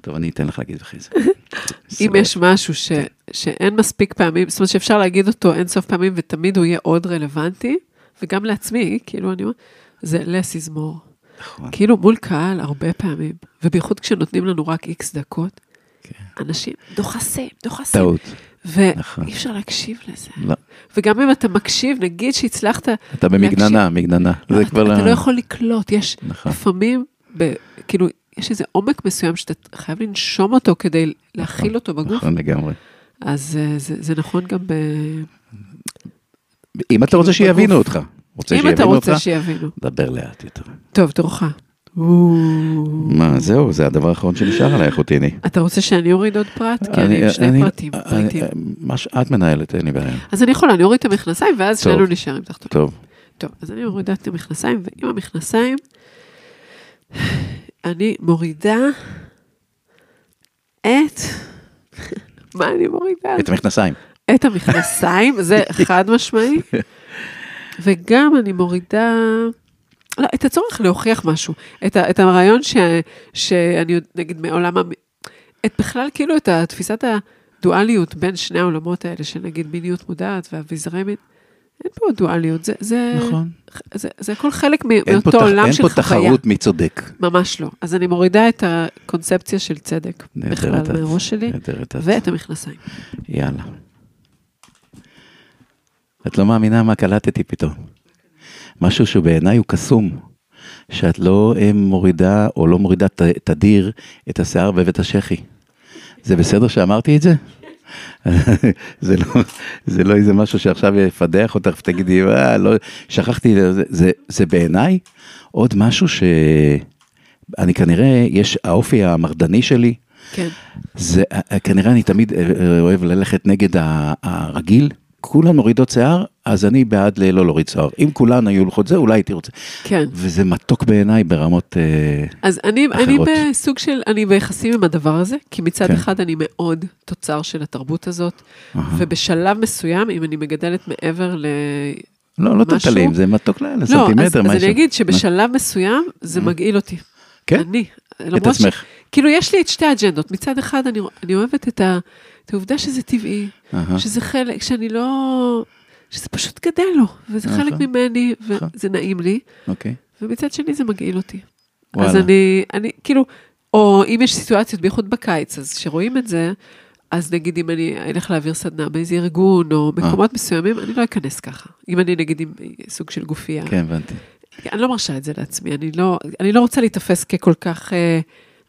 B: טוב, אני אתן לך להגיד אחרי זה.
A: אם
B: סבבה.
A: יש משהו ש, שאין מספיק פעמים, זאת אומרת שאפשר להגיד אותו אין סוף פעמים ותמיד הוא יהיה עוד רלוונטי, וגם לעצמי, כאילו אני אומרת, זה less is more.
B: נכון.
A: כאילו מול קהל הרבה פעמים, ובייחוד כשנותנים לנו רק איקס דקות,
B: כן.
A: אנשים דוחסים, דוחסים,
B: טעות, נכון.
A: ואי אפשר להקשיב לזה.
B: לא.
A: וגם אם אתה מקשיב, נגיד שהצלחת,
B: אתה במגננה, מגננה, זה
A: אתה,
B: כבר...
A: אתה
B: ה-
A: לא יכול לקלוט, יש
B: נכון.
A: לפעמים, ב, כאילו, יש איזה עומק מסוים שאתה חייב לנשום אותו כדי להכיל אותו בגוף,
B: נכון לגמרי.
A: אז אה, זה, זה נכון גם ב...
B: אם אתה רוצה שיבינו אותך. רוצה
A: כאילו, אם אתה
B: שיבינו אותך?
A: רוצה שיבינו.
B: דבר לאט יותר.
A: טוב, תורך.
B: מה, זהו, זה הדבר האחרון שנשאר עלייך, אותיני.
A: אתה רוצה שאני אוריד עוד פרט? כי אני עם שני פרטים.
B: אה,
A: פרטים.
B: מה שאת מנהלת, אין לי בעיה.
A: אז אני יכולה, אני אוריד את המכנסיים, ואז
B: טוב.
A: שנינו נשארים תחתונים.
B: טוב,
A: טוב, אז אני מורידה את המכנסיים, ועם המכנסיים אני מורידה את... מה אני מורידה?
B: את המכנסיים.
A: את המכנסיים, זה חד משמעי. וגם אני מורידה... לא, את הצורך להוכיח משהו, את, ה, את הרעיון ש, שאני, עוד- נגיד, מעולם, המ- את בכלל, כאילו, את ה- תפיסת הדואליות בין שני העולמות האלה, של נגיד מיניות מודעת ואביזרי מין, אין פה דואליות, זה, זה,
B: נכון.
A: זה, זה הכל חלק מ-
B: אין פה
A: מאותו
B: תח-
A: עולם
B: אין
A: של
B: פה
A: חוויה.
B: תחרות מי צודק.
A: ממש לא. אז אני מורידה את הקונספציה של צדק, בכלל,
B: נהדרת את.
A: מהראש שלי,
B: נהדרת את.
A: ואת המכנסיים.
B: יאללה. את לא מאמינה מה קלטתי פתאום. משהו שבעיניי הוא קסום, שאת לא אה, מורידה או לא מורידה ת- תדיר את השיער ואת השחי. זה בסדר שאמרתי את זה? זה, לא, זה לא איזה משהו שעכשיו יפדח אותך ותגידי, אה, לא, שכחתי, זה, זה, זה בעיניי עוד משהו שאני כנראה, יש האופי המרדני שלי,
A: כן.
B: זה אה, כנראה אני תמיד אה, אה, אוהב ללכת נגד ה- הרגיל. כולן מורידות שיער, אז אני בעד ל- לא להוריד שיער. אם כולן היו הולכות זה, אולי הייתי רוצה.
A: כן.
B: וזה מתוק בעיניי ברמות... אה,
A: אז אני, אני
B: אחרות.
A: בסוג של, אני ביחסים עם הדבר הזה, כי מצד
B: כן.
A: כן. אחד אני מאוד תוצר של התרבות הזאת,
B: אהה.
A: ובשלב מסוים, אם אני מגדלת מעבר ל...
B: לא, לא
A: משהו-
B: טלטלים, זה מתוק ל-
A: לא,
B: לסנטימטר.
A: אז, אז
B: משהו.
A: אני אגיד שבשלב מסוים זה מגעיל אותי.
B: כן,
A: אני,
B: את
A: למרות ש...
B: עצמך.
A: כאילו, יש לי את שתי האג'נדות. מצד אחד, אני, אני אוהבת את, ה, את העובדה שזה טבעי,
B: אהה.
A: שזה חלק, שאני לא... שזה פשוט גדל לו, וזה
B: נכון.
A: חלק ממני,
B: נכון.
A: וזה נעים לי.
B: אוקיי.
A: ומצד שני זה מגעיל אותי.
B: וואלה.
A: אז אני, אני, כאילו, או אם יש סיטואציות, בייחוד בקיץ, אז כשרואים את זה, אז נגיד אם אני אלך להעביר סדנה באיזה ארגון, או
B: אה.
A: מקומות מסוימים, אני לא אכנס ככה. אם אני נגיד עם סוג של גופייה.
B: כן, הבנתי.
A: אני לא מרשה את זה לעצמי, אני לא, אני לא רוצה להיתפס ככל כך אה,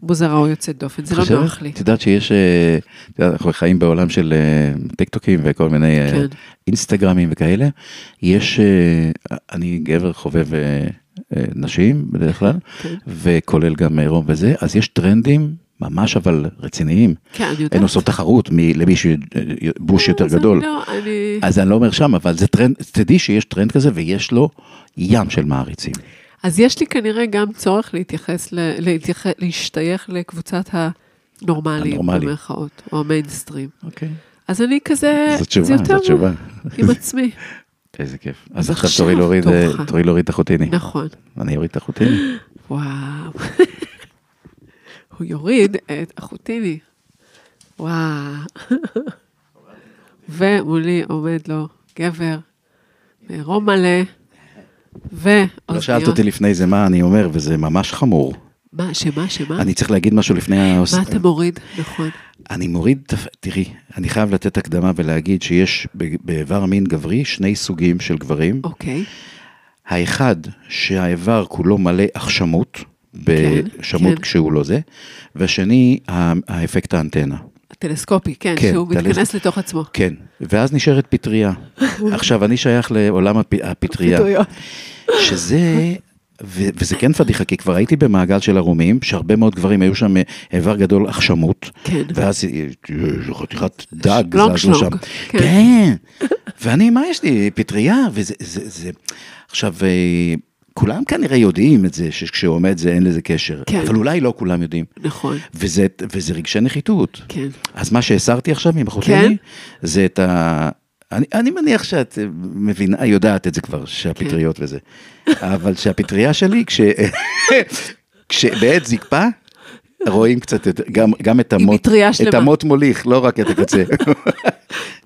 A: מוזרה או יוצאת דופן, זה לא
B: חושבת?
A: נוח לי.
B: את יודעת שיש, אה, את יודעת, אנחנו חיים בעולם של אה, טיקטוקים וכל מיני אה,
A: כן.
B: אינסטגרמים וכאלה. יש, אה, אני גבר חובב אה, אה, נשים בדרך כלל,
A: כן.
B: וכולל גם עירום וזה, אז יש טרנדים ממש אבל רציניים.
A: כן, אני יודעת.
B: הן עושות תחרות מ- למי שבוש יותר
A: אז אני
B: גדול.
A: לא, אני...
B: אז אני לא אומר שם, אבל זה טרנד, תדעי שיש טרנד כזה ויש לו ים של מעריצים.
A: אז יש לי כנראה גם צורך להתייחס, ל- להתייח- להשתייך לקבוצת הנורמלים,
B: הנורמלים.
A: במרכאות, או המיינסטרים.
B: אוקיי.
A: אז אני כזה,
B: זו
A: אה, זה
B: תשובה,
A: יותר
B: זו תשובה.
A: עם עצמי,
B: איזה כיף.
A: אז
B: אז עכשיו
A: עכשיו
B: תורי להוריד, אה,
A: תורך.
B: תורי להוריד את החוטיני.
A: נכון.
B: אני אוריד את
A: אה,
B: לא החוטיני.
A: וואו. הוא יוריד את אחותיני. וואו. ומולי עומד לו גבר, מעירום מלא,
B: לא שאלת
A: ואוזניות.
B: אותי לפני זה מה אני אומר, וזה ממש חמור.
A: מה, שמה, שמה?
B: אני צריך להגיד משהו לפני ה...
A: אה. מה אתה מוריד? נכון.
B: אני מוריד, את ה- תראי, אני חייב לתת הקדמה ולהגיד שיש ב- באיבר מין גברי שני סוגים של גברים.
A: אוקיי.
B: האחד, שהאיבר כולו מלא החשמות, בשמות
A: כן.
B: כשהוא לא זה, והשני, ה- האפקט האנטנה.
A: הטלסקופי, כן,
B: כן,
A: שהוא
B: טלס-
A: מתכנס לתוך עצמו.
B: כן, ואז נשארת פטריה. עכשיו, אני שייך לעולם הפ- הפטריה.
A: פטריות.
B: שזה, ו- וזה כן פדיחה, כי כבר הייתי במעגל של ערומים, שהרבה מאוד גברים היו שם אה, איבר גדול החשמות,
A: כן.
B: ואז אה, אה, חתיכת דג
A: שלונג
B: זזו שם.
A: שלונג, כן.
B: כן. ואני, מה יש לי? פטריה, וזה, זה, זה, עכשיו, אה, כולם כנראה יודעים את זה, שכשעומד זה אין לזה קשר,
A: כן.
B: אבל אולי לא כולם יודעים.
A: נכון,
B: וזה, וזה רגשי נחיתות.
A: כן.
B: אז מה שהסרתי עכשיו ממחותיני,
A: כן?
B: כן? זה את ה... אני, אני מניח שאת אה, מבינה, יודעת את זה כבר, שהפטריות
A: כן.
B: וזה. אבל שהפטריה שלי, כש... כשבעת זקפה, רואים קצת את, גם, גם את
A: היא
B: המוט,
A: מטריה
B: את
A: שלמה.
B: המוט מוליך, לא רק את הקצה.
A: תודה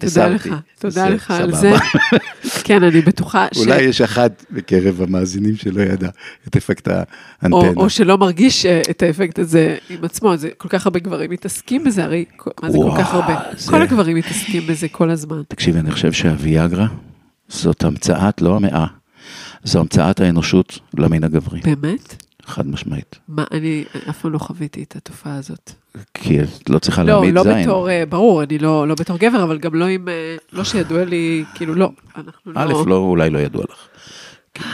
B: הסרתי.
A: לך, תודה
B: זה
A: לך על
B: סבבה.
A: זה. כן, אני בטוחה ש...
B: אולי יש אחת בקרב המאזינים שלא ידע את אפקט
A: או,
B: האנטנה.
A: או שלא מרגיש אה, את האפקט הזה עם עצמו, זה כל כך הרבה גברים מתעסקים בזה, הרי כל- מה זה כל
B: וואו,
A: כך הרבה?
B: זה-
A: כל הגברים מתעסקים בזה כל הזמן.
B: תקשיבי, אני חושב שהוויאגרה זאת המצאת, לא המאה, זו המצאת האנושות למין הגברי,
A: באמת?
B: חד משמעית.
A: מה, אני אף פעם לא חוויתי את התופעה הזאת.
B: כי את לא צריכה
A: לא,
B: להעמיד
A: לא
B: זין.
A: בתור, אה, ברור, אני לא לא בתור גבר, אבל גם לא עם, אה, לא שידוע לי, כאילו, לא, אנחנו לא...
B: א', לא, אולי לא ידוע לך.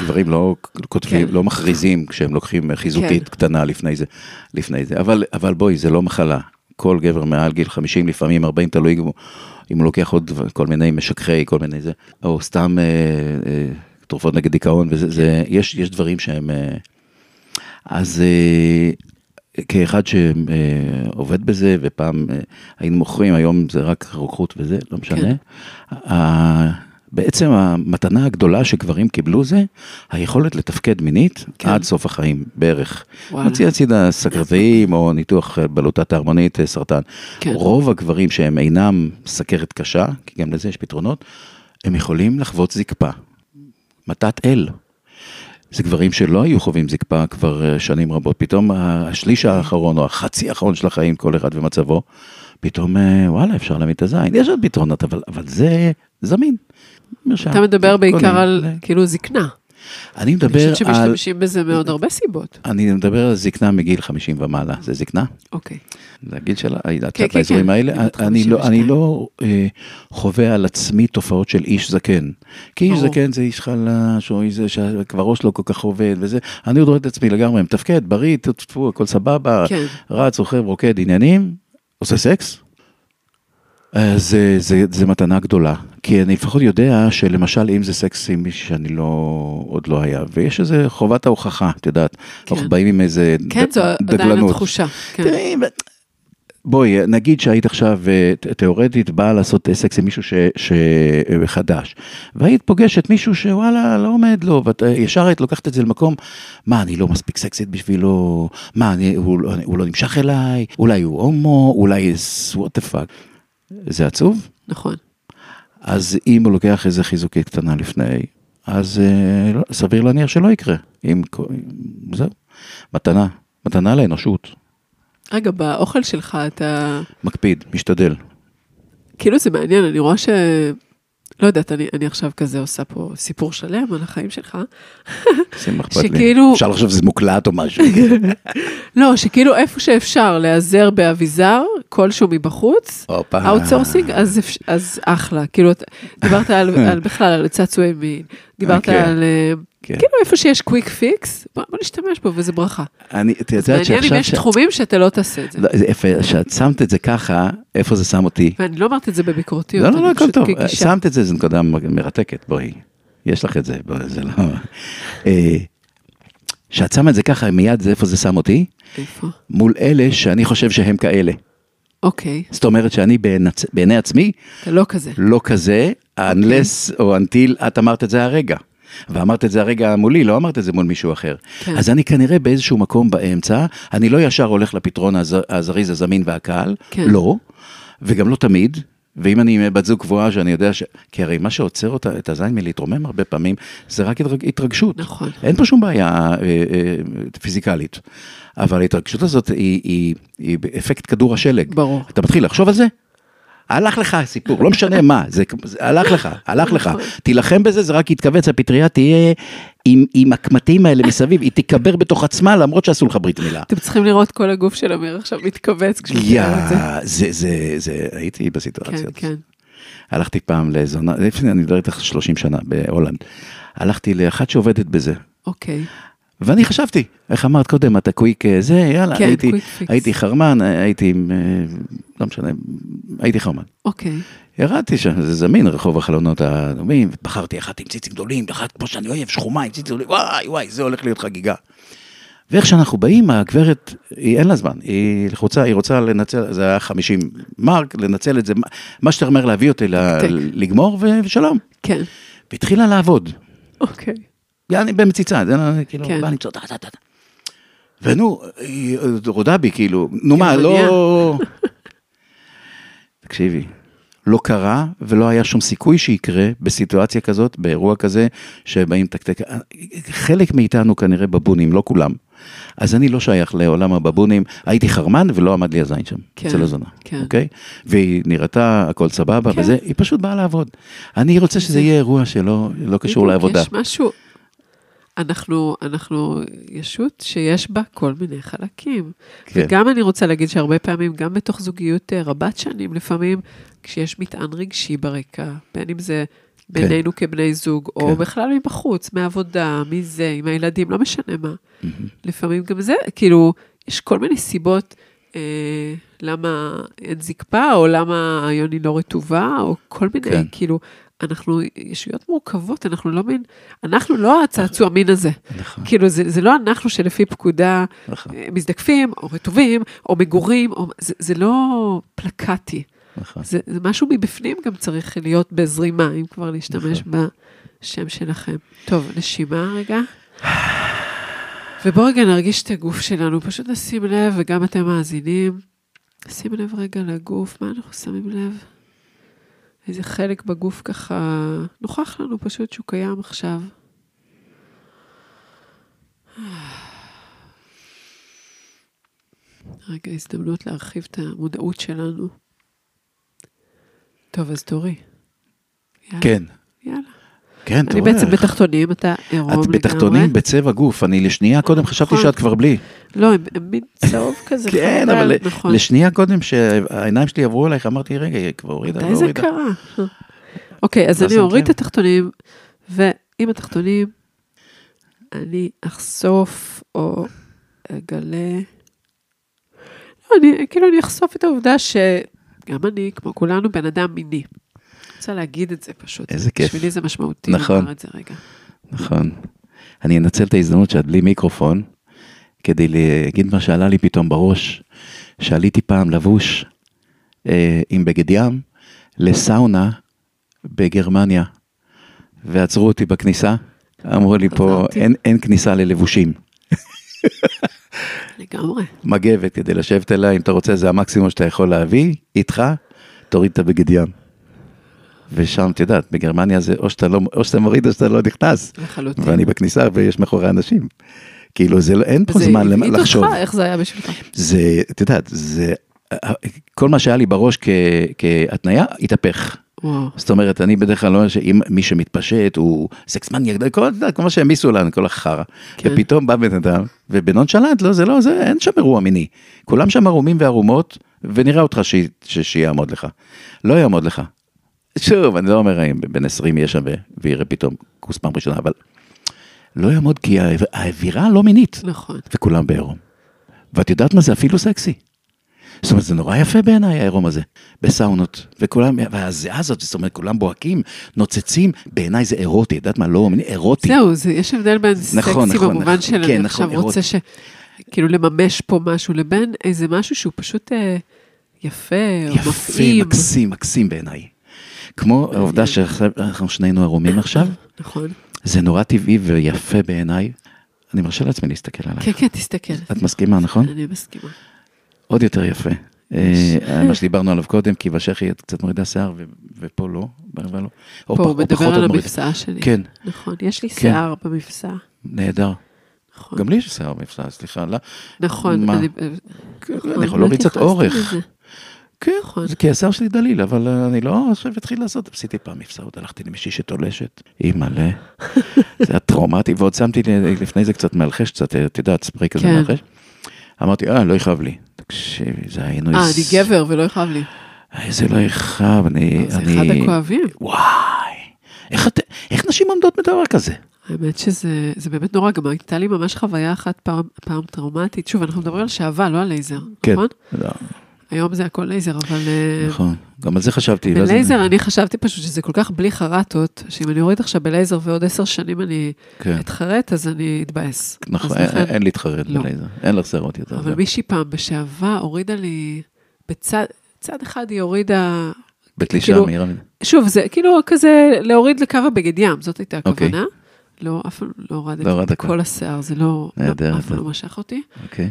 B: גברים לא כותבים,
A: כן.
B: לא מכריזים כשהם לוקחים חיזוקית קטנה לפני זה, לפני זה. אבל, אבל בואי, זה לא מחלה. כל גבר מעל גיל 50, לפעמים 40, תלוי אם הוא- אם הוא לוקח עוד דבר- כל מיני משככי, כל מיני זה, או סתם אה, אה, תרופות נגד דיכאון, וזה, זה, יש, יש דברים שהם... אה, אז אה, כאחד שעובד בזה, ופעם אה, היינו מוכרים, היום זה רק רוקחות וזה, לא משנה.
A: כן.
B: ה- בעצם המתנה הגדולה שגברים קיבלו זה היכולת לתפקד מינית
A: כן.
B: עד סוף החיים בערך.
A: וואלה.
B: נוציא הצידה סכרתיים או ניתוח בלוטת ההרמונית, אה, סרטן.
A: כן.
B: רוב הגברים שהם אינם סכרת קשה, כי גם לזה יש פתרונות, הם יכולים לחוות זקפה. מתת אל. זה גברים שלא היו חווים זקפה כבר אה, שנים רבות. פתאום השליש האחרון או החצי האחרון של החיים, כל אחד ומצבו, פתאום אה, וואלה, אפשר להעמיד את הזין. יש עוד פתרונות, אבל, אבל זה זמין. מרשם.
A: אתה מדבר
B: קודם,
A: בעיקר על
B: אה,
A: כאילו זקנה.
B: אני
A: אני
B: מדבר
A: חושבת
B: על...
A: שמשתמשים בזה מעוד הרבה סיבות.
B: אני מדבר על זקנה מגיל 50 ומעלה, זה זקנה?
A: אוקיי.
B: זה הגיל שלה,
A: כן,
B: את
A: כן.
B: לאזורים
A: היא
B: האלה,
A: בת
B: אני לא,
A: 52.
B: אני לא אה, חווה על עצמי תופעות של איש זקן. כי איש
A: ברור.
B: זקן זה איש חלש, או איש זה שכבר ראש לא כל כך עובד וזה, אני עוד רואה את עצמי לגמרי, מתפקד, בריא, טפו, הכל סבבה,
A: כן.
B: רץ, רוכב, רוקד, עניינים, עושה סקס. אה, זה, זה, זה מתנה גדולה, כי אני לפחות יודע שלמשל אם זה סקס עם מישהו שאני לא, עוד לא היה, ויש איזה חובת ההוכחה, את יודעת,
A: כן.
B: אנחנו באים עם איזה
A: כן,
B: ד-
A: זו עדיין
B: דגלנות.
A: התחושה. כן.
B: תראי, בואי, נגיד שהיית עכשיו אה, ת- תיאורטית באה לעשות אה, סקס עם מישהו ש- ש- אה, חדש, והיית פוגשת מישהו שוואלה, לא עומד לו, ואת אה, ישר היית לוקחת את זה למקום, מה, אני לא מספיק סקסית בשבילו, מה, אני, הוא, לא- הוא לא נמשך אליי, אולי הוא הומו, אולי what the fuck. זה עצוב?
A: נכון.
B: אז אם הוא לוקח איזה חיזוקית קטנה לפני, אז אה, לא, סביר להניח שלא יקרה. אם, כל- זהו, מתנה, מתנה לאנושות.
A: רגע, באוכל שלך אתה...
B: מקפיד, משתדל.
A: כאילו זה מעניין, אני רואה ש... לא יודעת, אני, אני עכשיו כזה עושה פה סיפור שלם על החיים שלך.
B: זה מה אכפת לי.
A: שכאילו-
B: אפשר לחשוב שזה מוקלט או משהו. כאילו.
A: לא, שכאילו איפה שאפשר להיעזר באביזר, כלשהו מבחוץ,
B: הופה.
A: אאוטסורסינג, אז, אפש- אז אחלה. כאילו, אתה- דיברת על, על בכלל, על צעצועי מין, דיברת
B: אוקיי.
A: על... אה,
B: כן.
A: כאילו איפה שיש קוויק פיקס, בוא בוא נשתמש בו וזה ברכה.
B: אני, את יודעת
A: מעניין אם
B: שעכשיו...
A: יש
B: ש-
A: תחומים שאתה לא תעשה את זה.
B: לא, זה יפה, שאת שמת את זה ככה, איפה זה שם אותי?
A: ואני לא אומרת את זה בביקורתיות,
B: לא, לא, לא,
A: אני
B: הכל
A: פשוט
B: טוב.
A: כגישה.
B: שמת את זה, זו נקודה מ- מרתקת, בואי. יש לך את זה, בואי, זה לא... אה, שאת שמה את זה ככה, מיד זה איפה זה שם אותי?
A: איפה?
B: מול אלה שאני חושב שהם כאלה.
A: אוקיי,
B: זאת אומרת שאני בעינצ- בעיני עצמי
A: אתה לא כזה.
B: לא כזה, unless או until את אמרת את זה הרגע. ואמרת את זה הרגע מולי, לא אמרת את זה מול מישהו אחר.
A: כן.
B: כן. אז אני כנראה באיזשהו מקום באמצע, אני לא ישר הולך לפתרון הז... הזריז, הזמין והקל,
A: כן.
B: כן. לא, וגם לא תמיד, ואם אני עם בת זוג קבועה שאני יודע ש... כי הרי מה שעוצר אותה, את הזין מלהתרומם הרבה פעמים, זה רק התרג... התרגשות.
A: נכון.
B: אין פה שום בעיה אה, אה, פיזיקלית, אבל ההתרגשות הזאת היא, היא, היא באפקט כדור השלג.
A: ברור.
B: אתה מתחיל לחשוב על זה? הלך לך הסיפור, לא משנה מה, זה, זה הלך לך, הלך לך.
A: נכון.
B: תילחם בזה, זה רק יתכווץ, הפטריה תהיה עם, עם הקמטים האלה מסביב, היא תיקבר בתוך עצמה למרות שעשו לך ברית מילה.
A: אתם צריכים לראות כל הגוף של אמיר עכשיו מתכווץ כשהוא
B: יא,
A: מתאר את זה.
B: זה, זה, זה, הייתי
A: כן,
B: בסיטואציות.
A: כן.
B: הלכתי פעם לזונה, לפני, אני מדבר איתך 30 שנה בהולנד. הלכתי לאחת שעובדת בזה,
A: אוקיי,
B: ואני חשבתי, איך אמרת קודם, אתה קוויק אה, זה, יאללה,
A: כן,
B: הייתי,
A: קוויק פיקס.
B: הייתי חרמן, אה, הייתי, עם, אה, לא משנה, הייתי חרמן.
A: אוקיי.
B: ירדתי שם, זה זמין, רחוב החלונות האדומים, בחרתי אחת עם ציצים גדולים, אחת כמו שאני אוהב, שחומה עם ציצים גדולים, וואי וואי, זה הולך להיות חגיגה. ואיך שאנחנו באים, הגברת, היא, אין לה זמן, היא לחוצה, היא רוצה לנצל, זה היה 50 מרק, לנצל את זה, מה- מה שאתה אומר להביא אותי ל-
A: תק.
B: לגמור ו- ושלום.
A: כן,
B: והתחילה לעבוד,
A: אוקיי.
B: יעני במציצה, זה לא- כאילו,
A: כן.
B: בא למצוא, טה טה טה. ונו, היא עוד רודה בי, כאילו, נו
A: כן,
B: מה,
A: מניעה.
B: לא... תקשיבי, לא קרה ולא היה שום סיכוי שיקרה בסיטואציה כזאת, באירוע כזה, שבאים לתקתק. חלק מאיתנו כנראה בבונים, לא כולם. אז אני לא שייך לעולם הבבונים, הייתי חרמן ולא עמד לי הזין שם,
A: כן,
B: אצל הזונה,
A: כן.
B: אוקיי? והיא נראתה, הכל סבבה,
A: כן.
B: וזה, היא פשוט באה לעבוד. אני רוצה שזה יהיה אירוע שלא לא קשור
A: בדיוק,
B: לעבודה.
A: יש משהו, אנחנו, אנחנו ישות שיש בה כל מיני חלקים.
B: כן.
A: וגם אני רוצה להגיד שהרבה פעמים, גם בתוך זוגיות אה, רבת שנים, לפעמים כשיש מטען רגשי ברקע, בין אם זה בינינו כבני זוג, או
B: כן.
A: בכלל מבחוץ, מעבודה, מזה, עם הילדים, לא משנה מה.
B: מהמם.
A: לפעמים גם זה, כאילו, יש כל מיני סיבות אה, למה אין זקפה, או למה היוני לא רטובה, או כל מיני,
B: כן.
A: כן. כאילו, אנחנו ישויות מורכבות, אנחנו לא מין, אנחנו לא הצעצוע מין הזה.
B: נכון,
A: כאילו, זה, זה לא אנחנו שלפי פקודה
B: נכון,
A: אה, מזדקפים, או רטובים, או מגורים, או, זה, זה לא פלקטי.
B: נכון.
A: זה, זה משהו מבפנים גם צריך להיות בזרימה, אם כבר להשתמש בשם שלכם. טוב, נשימה רגע. ובואו רגע נרגיש את הגוף שלנו, פשוט נשים לב, וגם אתם מאזינים, שים לב רגע לגוף, מה אנחנו שמים לב? איזה חלק בגוף ככה נוכח לנו פשוט שהוא קיים עכשיו. רגע, הזדמנות להרחיב את המודעות שלנו. טוב, אז תורי. יאללה,
B: כן,
A: יאללה.
B: כן, אתה
A: אני
B: רואה.
A: בעצם בתחתונים, אתה עירום
B: את
A: לגמרי.
B: בתחתונים בצבע גוף, אני לשנייה קודם חשבתי
A: נכון.
B: שאת כבר בלי.
A: לא, הם הם מין צהוב כזה.
B: כן,
A: חמוד,
B: אבל
A: נכון.
B: לשנייה קודם שהעיניים שלי עברו אלייך, אמרתי, רגע, היא כבר הורידה,
A: מתי
B: לא
A: זה
B: הורידה.
A: קרה? אוקיי, אז
B: לא
A: אני
B: שמת
A: אוריד
B: לב.
A: את התחתונים, ועם התחתונים אני אחשוף או אגלה... לא, אני, כאילו אני אחשוף את העובדה שגם אני, כמו כולנו, בן אדם מיני. אני רוצה להגיד את זה פשוט.
B: איזה כיף.
A: בשבילי זה משמעותי
B: נכון.
A: לומר את זה רגע.
B: נכון. אני אנצל את ההזדמנות שאת בלי מיקרופון, כדי להגיד מה שעלה לי פתאום בראש, שעליתי פעם לבוש אה, עם בגד ים לסאונה בגרמניה, ועצרו אותי בכניסה, אמרו לי פה,
A: חזרתי.
B: אין, אין כניסה ללבושים.
A: לגמרי.
B: מגבת כדי לשבת אליי, אם אתה רוצה, זה המקסימום שאתה יכול להביא, איתך, תוריד את הבגד ים. ושם, את יודעת, בגרמניה זה או שאתה, לא, או שאתה מוריד או שאתה לא נכנס.
A: לחלוטין.
B: ואני בכניסה ויש מאחורי אנשים. כאילו זה לא, אין פה
A: וזה
B: זמן למ-
A: הבעיט
B: לחשוב.
A: אותך, איך זה היה בשבילך?
B: זה, את יודעת, זה, אה, כל מה שהיה לי בראש כ, כהתניה, התהפך.
A: וואו.
B: זאת אומרת, אני בדרך כלל לא אומר שאם מי שמתפשט הוא סקסמניאק, כל, את יודעת, כל מה שהם העמיסו לנו, כל החרא.
A: כן.
B: ופתאום בא בן אדם, ובנונשלנט, לא, זה לא, זה, אין שם אירוע מיני. כולם שם ערומים וערומות, ונראה אותך ש, ש, שיעמוד לך. לא יעמוד לך. שוב, אני לא אומר אם בן 20 יהיה שם ו- ויראה פתאום כוס פעם ראשונה, אבל לא יעמוד כי האו- האווירה לא מינית,
A: נכון.
B: וכולם בעירום. ואת יודעת מה זה אפילו סקסי. זאת אומרת, זה נורא יפה בעיניי העירום הזה, בסאונות, וכולם, והזיעה הזאת, זאת אומרת, כולם בוהקים, נוצצים, בעיניי זה אירוטי, את יודעת מה, לא מיני, אירוטי.
A: זהו, זה, יש הבדל בין
B: נכון,
A: סקסי
B: נכון,
A: במובן
B: נכון.
A: של
B: כן,
A: אני
B: נכון,
A: עכשיו רוצה ש... כאילו לממש פה משהו, לבין איזה משהו שהוא פשוט אה, יפה, או
B: יפה,
A: מפעים.
B: מקסים, מקסים בעיניי. כמו העובדה שעכשיו אנחנו שנינו ערומים עכשיו,
A: נכון.
B: זה נורא טבעי ויפה בעיניי. אני מרשה לעצמי להסתכל עלייך.
A: כן, כן, תסתכל.
B: את מסכימה, נכון?
A: אני מסכימה.
B: עוד יותר יפה. אה, מה שדיברנו עליו קודם, כי בשחי את קצת מורידה שיער, ו- ופה לא, בערבה לא. או
A: פה הוא
B: פח- או פחות,
A: מדבר
B: את
A: על
B: מורידה.
A: המפסע שלי.
B: כן,
A: נכון, יש לי
B: כן.
A: שיער במפסע.
B: נהדר.
A: נכון.
B: גם לי יש שיער מבצע, סליחה. לא-
A: נכון.
B: מה?
A: אני-
B: כן,
A: נכון,
B: אני יכול להוריד
A: לא
B: קצת אורך.
A: התייחסתי לזה.
B: כן,
A: נכון.
B: זה כי השיער שלי דליל, אבל אה, אני לא עכשיו אתחיל לעשות, עשיתי פעם מבצע, עוד הלכתי למישהי שתולשת, אימא'לה, זה היה טראומטי, ועוד שמתי לי אה, לפני זה קצת מלחש, קצת, אה, את יודעת, ספרי כזה
A: כן.
B: מלחש. אמרתי, אה, לא יכאב לי. תקשיבי, זה היינו...
A: אה, אני גבר ולא יכאב לי. אה,
B: איזה לא יכאב, אני...
A: זה
B: אני-
A: אחד הכואבים.
B: וואי, איך את- איך נשים עומדות בדבר כזה?
A: האמת שזה זה באמת נורא, גם הייתה לי ממש חוויה אחת פעם, פעם טראומטית. שוב, אנחנו מדברים על שעווה, לא על לייזר,
B: כן.
A: נכון?
B: לא,
A: היום זה הכל לייזר, אבל... אה,
B: נכון, גם על זה חשבתי. ואז-
A: בלייזר אני חשבתי פשוט שזה כל כך בלי חרטות, שאם אני אוריד עכשיו בלייזר ועוד עשר שנים אני
B: כן,
A: אתחרט, אז אני אתבאס.
B: נכון,
A: אז
B: אין-
A: לכן-
B: אין להתחרט
A: לא.
B: בלייזר, אין לך שערות יותר.
A: אבל
B: זהו.
A: מישהי פעם בשעווה הורידה לי, בצד צד אחד היא הורידה,
B: בתלישה
A: כאילו-
B: מהירה מדי.
A: שוב, זה כאילו כזה להוריד לקו הבגד ים, זאת הייתה
B: אוקיי.
A: הכוונה. לא, אף פעם לא הורדתי
B: לא הורדת
A: את כל השיער, זה לא, לא-
B: נהדר,
A: אף פעם לא
B: זה-
A: משך אותי.
B: אוקיי.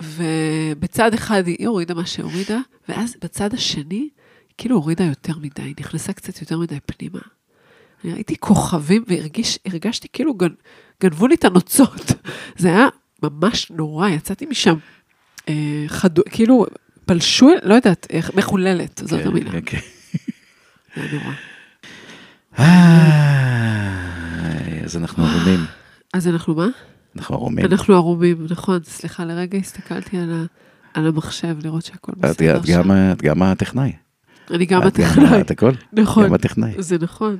A: ובצד אחד היא הורידה מה שהורידה, ואז בצד השני, כאילו הורידה יותר מדי, היא נכנסה קצת יותר מדי פנימה. אני ראיתי כוכבים והרגשתי כאילו גנ... גנבו לי את הנוצות. זה היה ממש נורא, יצאתי משם אה, חדו... כאילו פלשו, לא יודעת, איך, מחוללת, זאת
B: כן,
A: המילה.
B: כן, כן.
A: זה היה נורא.
B: איי, אה, אז אנחנו ערומים.
A: אז אנחנו מה?
B: אנחנו ערומים.
A: אה. אנחנו ערומים, נכון, סליחה, לרגע הסתכלתי על, ה... על המחשב לראות שהכל
B: את-
A: בסדר
B: את גם- את גם הטכנאי.
A: אני גם
B: את
A: הטכנאי,
B: את הכל.
A: נכון,
B: גם הטכנאי.
A: זה נכון.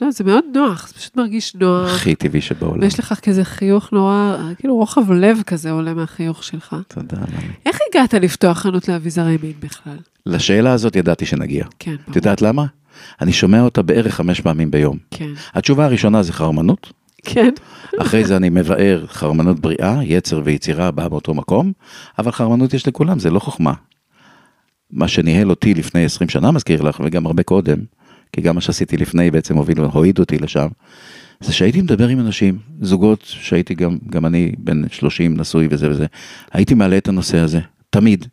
A: לא, זה מאוד נוח, זה פשוט מרגיש נוח,
B: הכי טבעי שבעולם.
A: ויש לך כזה חיוך נורא, כאילו רוחב לב כזה עולה מהחיוך שלך.
B: תודה. ללי.
A: איך הגעת לפתוח חנות לאביזרי מין בכלל?
B: לשאלה הזאת ידעתי שנגיע.
A: כן,
B: את
A: ברור.
B: יודעת למה? אני שומע אותה בערך חמש פעמים ביום.
A: כן.
B: התשובה הראשונה זה חרמנות,
A: כן?
B: אחרי זה אני מבאר חרמנות בריאה, יצר ויצירה באה באותו מקום, אבל חרמנות יש לכולם, זה לא חוכמה. מה שניהל אותי לפני 20 שנה, מזכיר לך, וגם הרבה קודם, כי גם מה שעשיתי לפני בעצם הוביל, הועיד אותי לשם, זה שהייתי מדבר עם אנשים, זוגות שהייתי גם, גם אני בן 30 נשוי וזה וזה, הייתי מעלה את הנושא הזה, תמיד.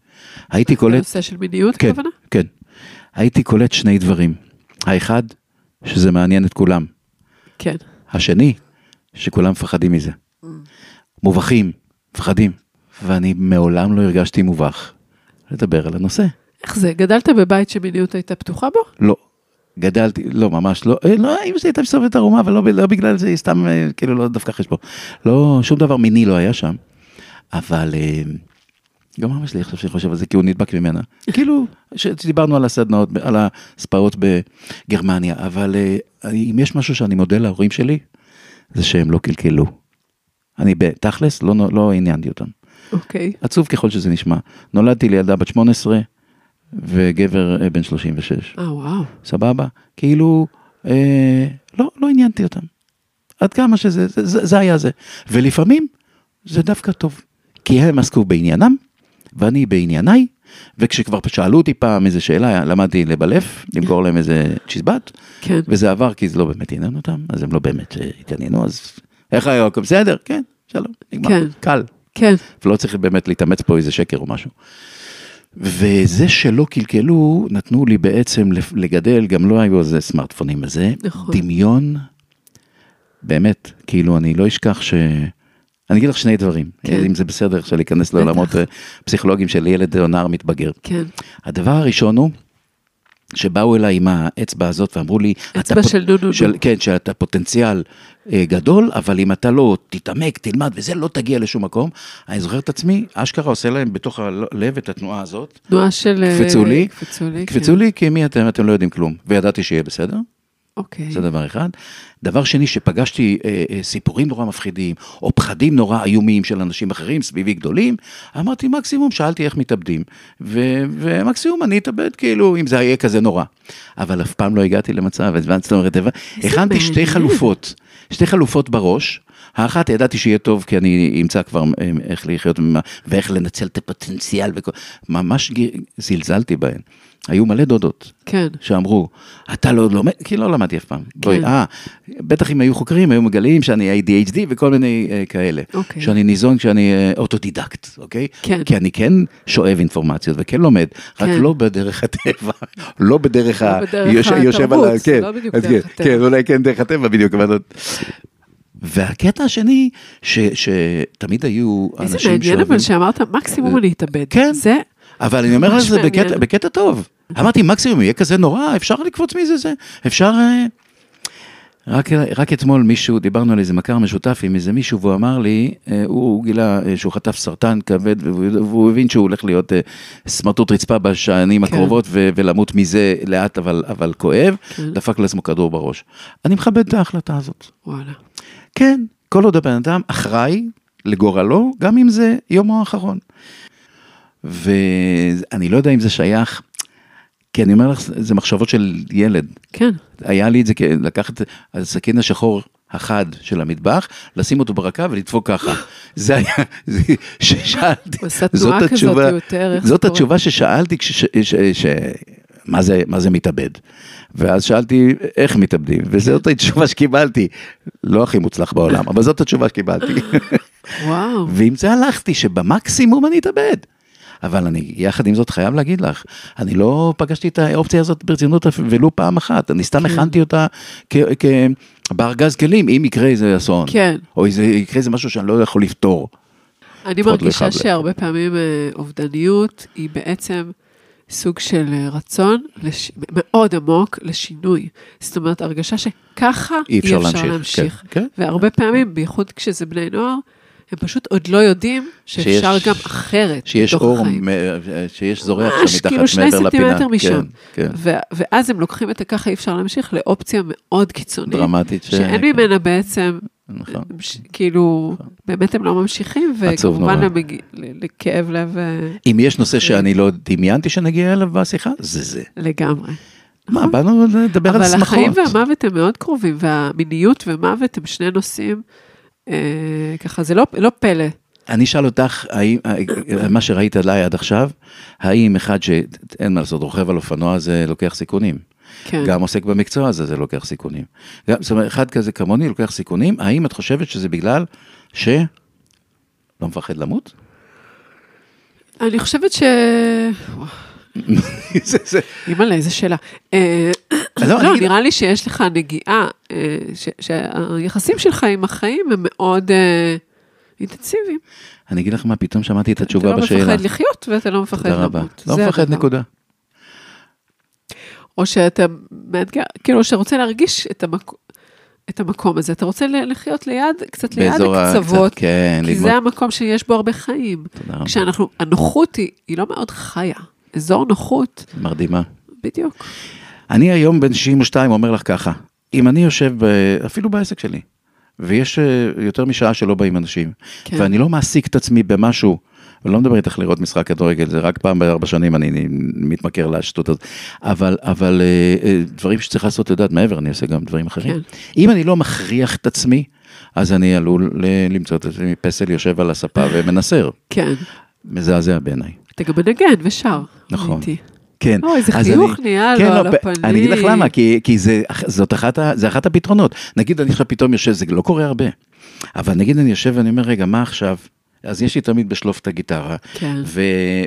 B: הייתי קולט
A: נושא של מיניות,
B: כן,
A: הכוונה?
B: כן. הייתי קולט שני דברים. האחד, שזה מעניין את כולם.
A: כן.
B: השני, שכולם מפחדים מזה. מובכים, מפחדים. ואני מעולם לא הרגשתי מובך לדבר על הנושא.
A: איך זה, גדלת בבית שמיניות הייתה פתוחה בו?
B: לא. גדלתי, לא, ממש לא, אה, לא, אמא שלי הייתה מסתובבת ערומה, אבל לא, ב- לא בגלל זה, היא סתם, אה, כאילו, לא דווקא חשבון. לא, שום דבר מיני לא היה שם. אבל אה, גם אמא שלי, עכשיו שאני חושב על זה, כי הוא נדבק ממנה. כאילו, ש- שדיברנו על הסדנאות, על הספרות בגרמניה, אבל אה, אני- אם יש משהו שאני מודה להורים שלי, זה שהם לא קלקלו. אני בתכלס, לא, נו- לא עניינתי אותם.
A: אוקיי.
B: עצוב ככל שזה נשמע. נולדתי לילדה בת 18 וגבר אה, בן 36.
A: אה, וואו.
B: סבבה? כאילו, אה, לא, לא עניינתי אותם. עד כמה שזה, זה, זה, זה היה זה. ולפעמים זה דווקא טוב. כי הם עסקו בעניינם, ואני בענייניי, וכשכבר שאלו אותי פעם איזה שאלה, למדתי לבלף, למכור להם איזה צ'יזבט,
A: כן.
B: וזה עבר כי זה לא באמת עניין אותם, אז הם לא באמת אה, התעניינו, אז איך היה הכל בסדר? כן, שלום, נגמר,
A: כן.
B: קל.
A: כן.
B: ולא צריך באמת להתאמץ פה איזה שקר או משהו. וזה שלא קלקלו, נתנו לי בעצם לפ- לגדל, גם לא היו איזה סמארטפונים וזה,
A: נכון.
B: דמיון, באמת, כאילו אני לא אשכח ש... אני אגיד לך שני דברים,
A: כן.
B: אם זה בסדר עכשיו להיכנס לעולמות אה, פסיכולוגיים של ילד או נער מתבגר.
A: כן.
B: הדבר הראשון הוא, שבאו אליי עם האצבע הזאת ואמרו לי, "אתה
A: אצבע
B: פות-
A: של דודו.
B: של, כן, שאתה פוטנציאל אה, גדול, אבל אם אתה לא תתעמק, תלמד וזה, לא תגיע לשום מקום. אני זוכר את עצמי, אשכרה עושה להם בתוך הלב את התנועה הזאת.
A: תנועה של... אה,
B: קפצו לי,
A: קפצו לי. כן.
B: קפצו לי, כי מי אתם? אתם לא יודעים כלום. וידעתי שיהיה בסדר,
A: אוקיי.
B: זה דבר אחד. דבר שני, שפגשתי אה, אה, סיפורים נורא מפחידים, או פחדים נורא איומים של אנשים אחרים, סביבי גדולים, אמרתי, מקסימום, שאלתי איך מתאבדים, ו- ומקסימום אני אתאבד, כאילו, אם זה יהיה כזה נורא. אבל אף פעם לא הגעתי למצב, אז זאת אומרת, הבנ- הכנתי שתי
A: מעניין.
B: חלופות, שתי חלופות בראש. האחת, ידעתי שיהיה טוב, כי אני אמצא כבר אה, איך לחיות עם ה- ואיך לנצל את הפוטנציאל, וכל- ממש גי- זלזלתי בהן. היו מלא דודות,
A: כן.
B: שאמרו, אתה לא לומד, כי לא למדתי אף פעם. בואי, אה, בטח אם היו חוקרים, היו מגלים שאני ADHD וכל מיני אה, כאלה.
A: אוקיי.
B: שאני ניזון כשאני אה, אוטודידקט, אוקיי?
A: כן.
B: כי אני כן שואב אינפורמציות וכן לומד, רק
A: כן.
B: לא בדרך הטבע, לא בדרך
A: לא
B: ה...
A: בדרך
B: יוש- יושב על ה-
A: התרבות,
B: כן,
A: לא בדיוק
B: אז
A: דרך
B: כן,
A: הטבע.
B: כן, אולי כן דרך הטבע, בדיוק, אבל... לא- והקטע השני, ש- שתמיד היו
A: איזה
B: אנשים
A: מעניין אבל שאמרת, מקסימום אני אתאבד.
B: כן.
A: זה,
B: אבל אני אומר על
A: ממש
B: זה בקטע,
A: מעניין.
B: בקטע טוב. אמרתי, מקסימום יהיה כזה נורא, אפשר לקפוץ מזה זה, אפשר... אה, רק, רק אתמול מישהו, דיברנו על איזה מכר משותף עם איזה מישהו, והוא אמר לי, אה, הוא, הוא גילה אה, שהוא חטף סרטן כבד, והוא, והוא הבין שהוא הולך להיות אה, סמרטוט רצפה בשנים
A: כן.
B: הקרובות, ו, ולמות מזה לאט אבל, אבל כואב,
A: כן.
B: דפק לעצמו כדור בראש. אני מכבד את ההחלטה הזאת.
A: וואלה.
B: כן, כל עוד הבן אדם אחראי לגורלו, גם אם זה יומו האחרון. ואני לא יודע אם זה שייך, כי אני אומר לך, זה מחשבות של ילד.
A: כן.
B: היה לי את זה, כ- לקחת את הסכין השחור החד של המטבח, לשים אותו ברקה ולדפוק ככה. זה היה, זה, ששאלתי,
A: הוא עשה
B: זאת
A: תנועה כזאת
B: התשובה,
A: יותר, איך זה
B: זאת
A: קורה?
B: התשובה ששאלתי, כש, ש, ש, ש, מה, זה, מה זה מתאבד? ואז שאלתי, איך מתאבדים? וזאת התשובה שקיבלתי. לא הכי מוצלח בעולם, אבל זאת התשובה שקיבלתי.
A: וואו.
B: ועם זה הלכתי, שבמקסימום אני אתאבד. אבל אני, יחד עם זאת, חייב להגיד לך, אני לא פגשתי את האופציה הזאת ברצינות אפ- ולו פעם אחת, אני
A: כן.
B: סתם הכנתי אותה כ- כ- בארגז כלים, אם יקרה איזה אסון.
A: כן.
B: או איזה, יקרה איזה משהו שאני לא יכול לפתור.
A: אני
B: לפחות לא
A: מרגישה
B: יכאב להם.
A: שהרבה פעמים אה, אובדניות היא בעצם סוג של אה, רצון לש... מאוד עמוק לשינוי. זאת אומרת, הרגשה שככה
B: אי אפשר
A: אי אפשר
B: להמשיך,
A: להמשיך.
B: כן, כן.
A: והרבה פעמים, בייחוד כשזה בני נוער, הם פשוט עוד לא יודעים שאפשר
B: שיש-
A: גם אחרת
B: שיש
A: בתוך
B: אור,
A: החיים.
B: מ- שיש זורח שם
A: ממש,
B: מתחת
A: כאילו שני
B: מעבר לפינה.
A: סנטימטר משם.
B: כן, כן.
A: ו- ואז הם לוקחים את הככה אי אפשר להמשיך לאופציה מאוד קיצונית,
B: דרמטית. ש-
A: שאין ממנה בעצם,
B: נכון.
A: ש- כאילו, באמת הם לא ממשיכים,
B: עצוב
A: וכמובן
B: נורא.
A: למג- ל- לכאב לב אה,
B: אם יש נושא שאני לא דמיינתי שנגיע אליו בשיחה, זה זה.
A: לגמרי.
B: מה, באנו לדבר על
A: נכון. אבל
B: שמחות.
A: החיים והמוות הם מאוד קרובים, והמיניות ומוות הם שני נושאים, אה, ככה, זה לא, לא פלא.
B: אני אשאל אותך, האם, מה שראית עליי עד עכשיו, האם אחד שאין מה לעשות, רוכב על אופנוע זה לוקח סיכונים?
A: כן.
B: גם עוסק במקצוע הזה, זה לוקח סיכונים. גם, זאת אומרת, אחד כזה כמוני לוקח סיכונים, האם את חושבת שזה בגלל ש... לא מפחד למות?
A: אני חושבת ש...
B: זה, זה...
A: אימא'לה, איזה שאלה. אה,
B: לא,
A: לא,
B: אני-
A: נראה לי שיש לך נגיעה, אה, ש- שהיחסים שלך עם החיים הם מאוד אה, אינטנסיביים.
B: אני אגיד לך מה, פתאום שמעתי את התשובה
A: אתה לא
B: בשאלה.
A: מפחד לחיות ואתה לא מפחד
B: תודה
A: למות.
B: רבה. לא
A: זה
B: מפחד,
A: הדבר.
B: נקודה.
A: או שאתה מאתגר, כאילו, שאתה רוצה להרגיש את המק- את המקום הזה, אתה רוצה ל- לחיות ליד, קצת ליד
B: באזור ה-
A: הקצוות,
B: קצת, כן,
A: כן, כי
B: לגמור.
A: זה המקום שיש בו הרבה חיים.
B: תודה רבה.
A: כשאנחנו, הנוחות היא, היא לא מאוד חיה. אזור נוחות,
B: מרדימה.
A: בדיוק.
B: אני היום בן 62 אומר לך ככה, אם אני יושב ב... אפילו בעסק שלי, ויש אה, יותר משעה שלא באים אנשים,
A: כן.
B: כן. ואני לא מעסיק את עצמי במשהו, אני לא מדבר איתך לראות משחק כדורגל, זה רק פעם בארבע שנים אני אני מתמכר לשטות הזאת, אבל, אבל אה, אה, דברים שצריך לעשות, את יודעת, מעבר, אני עושה גם דברים אחרים.
A: כן.
B: כן. אם אני לא מכריח את עצמי, אז אני עלול ל- למצוא את עצמי פסל יושב על הספה ומנסר.
A: כן.
B: מזעזע בעיניי.
A: אתה גם מנגן ושר.
B: נכון.
A: ראיתי.
B: כן.
A: אוי, איזה
B: אז
A: חיוך
B: אני-
A: נהיה לו
B: כן,
A: על
B: לא, פ-
A: הפנים.
B: אני אגיד לך למה, כי, כי זה, זאת אחת, ה- זה אחת הפתרונות. נגיד אני עכשיו פתאום יושב, זה לא קורה הרבה, אבל נגיד אני יושב ואני אומר, רגע, מה עכשיו? אז יש לי תמיד בשלוף את הגיטרה,
A: כן.
B: ו...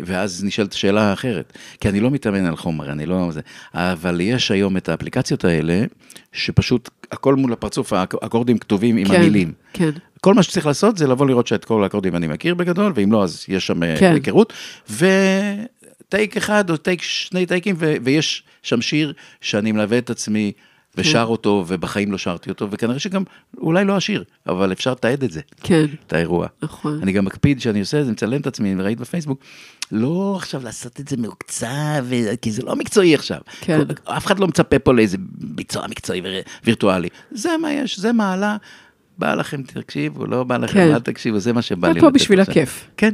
B: ואז נשאלת שאלה אחרת, כי אני לא מתאמן על חומר, אני לא... זה- אבל יש היום את האפליקציות האלה, שפשוט הכל מול הפרצוף, האק- האקורדים כתובים עם
A: כן,
B: המילים.
A: כן.
B: כל מה שצריך לעשות זה לבוא לראות שאת כל האקורדים אני מכיר בגדול, ואם לא, אז יש שם אה,
A: כן.
B: היכרות. וטייק אחד או טייק, שני טייקים, ו- ויש שם שיר שאני מלווה את עצמי ושר אותו, ובחיים לא שרתי אותו, וכנראה שגם, אולי לא השיר, אבל אפשר לתעד את זה,
A: כן,
B: את האירוע.
A: נכון.
B: אני גם מקפיד שאני עושה את זה, מצלם את עצמי, ראית בפייסבוק, לא עכשיו לעשות את זה מעוקצב, ו- כי זה לא מקצועי עכשיו.
A: כן.
B: כל- אף אחד לא מצפה פה לאיזה ביצוע מקצועי ו- וירטואלי. זה מה יש, זה מעלה, בא לכם תקשיבו, לא בא לכם,
A: כן.
B: אל תקשיבו, זה מה שבא
A: זה
B: לי.
A: פה
B: לתת
A: בשביל
B: עכשיו.
A: הכיף.
B: כן,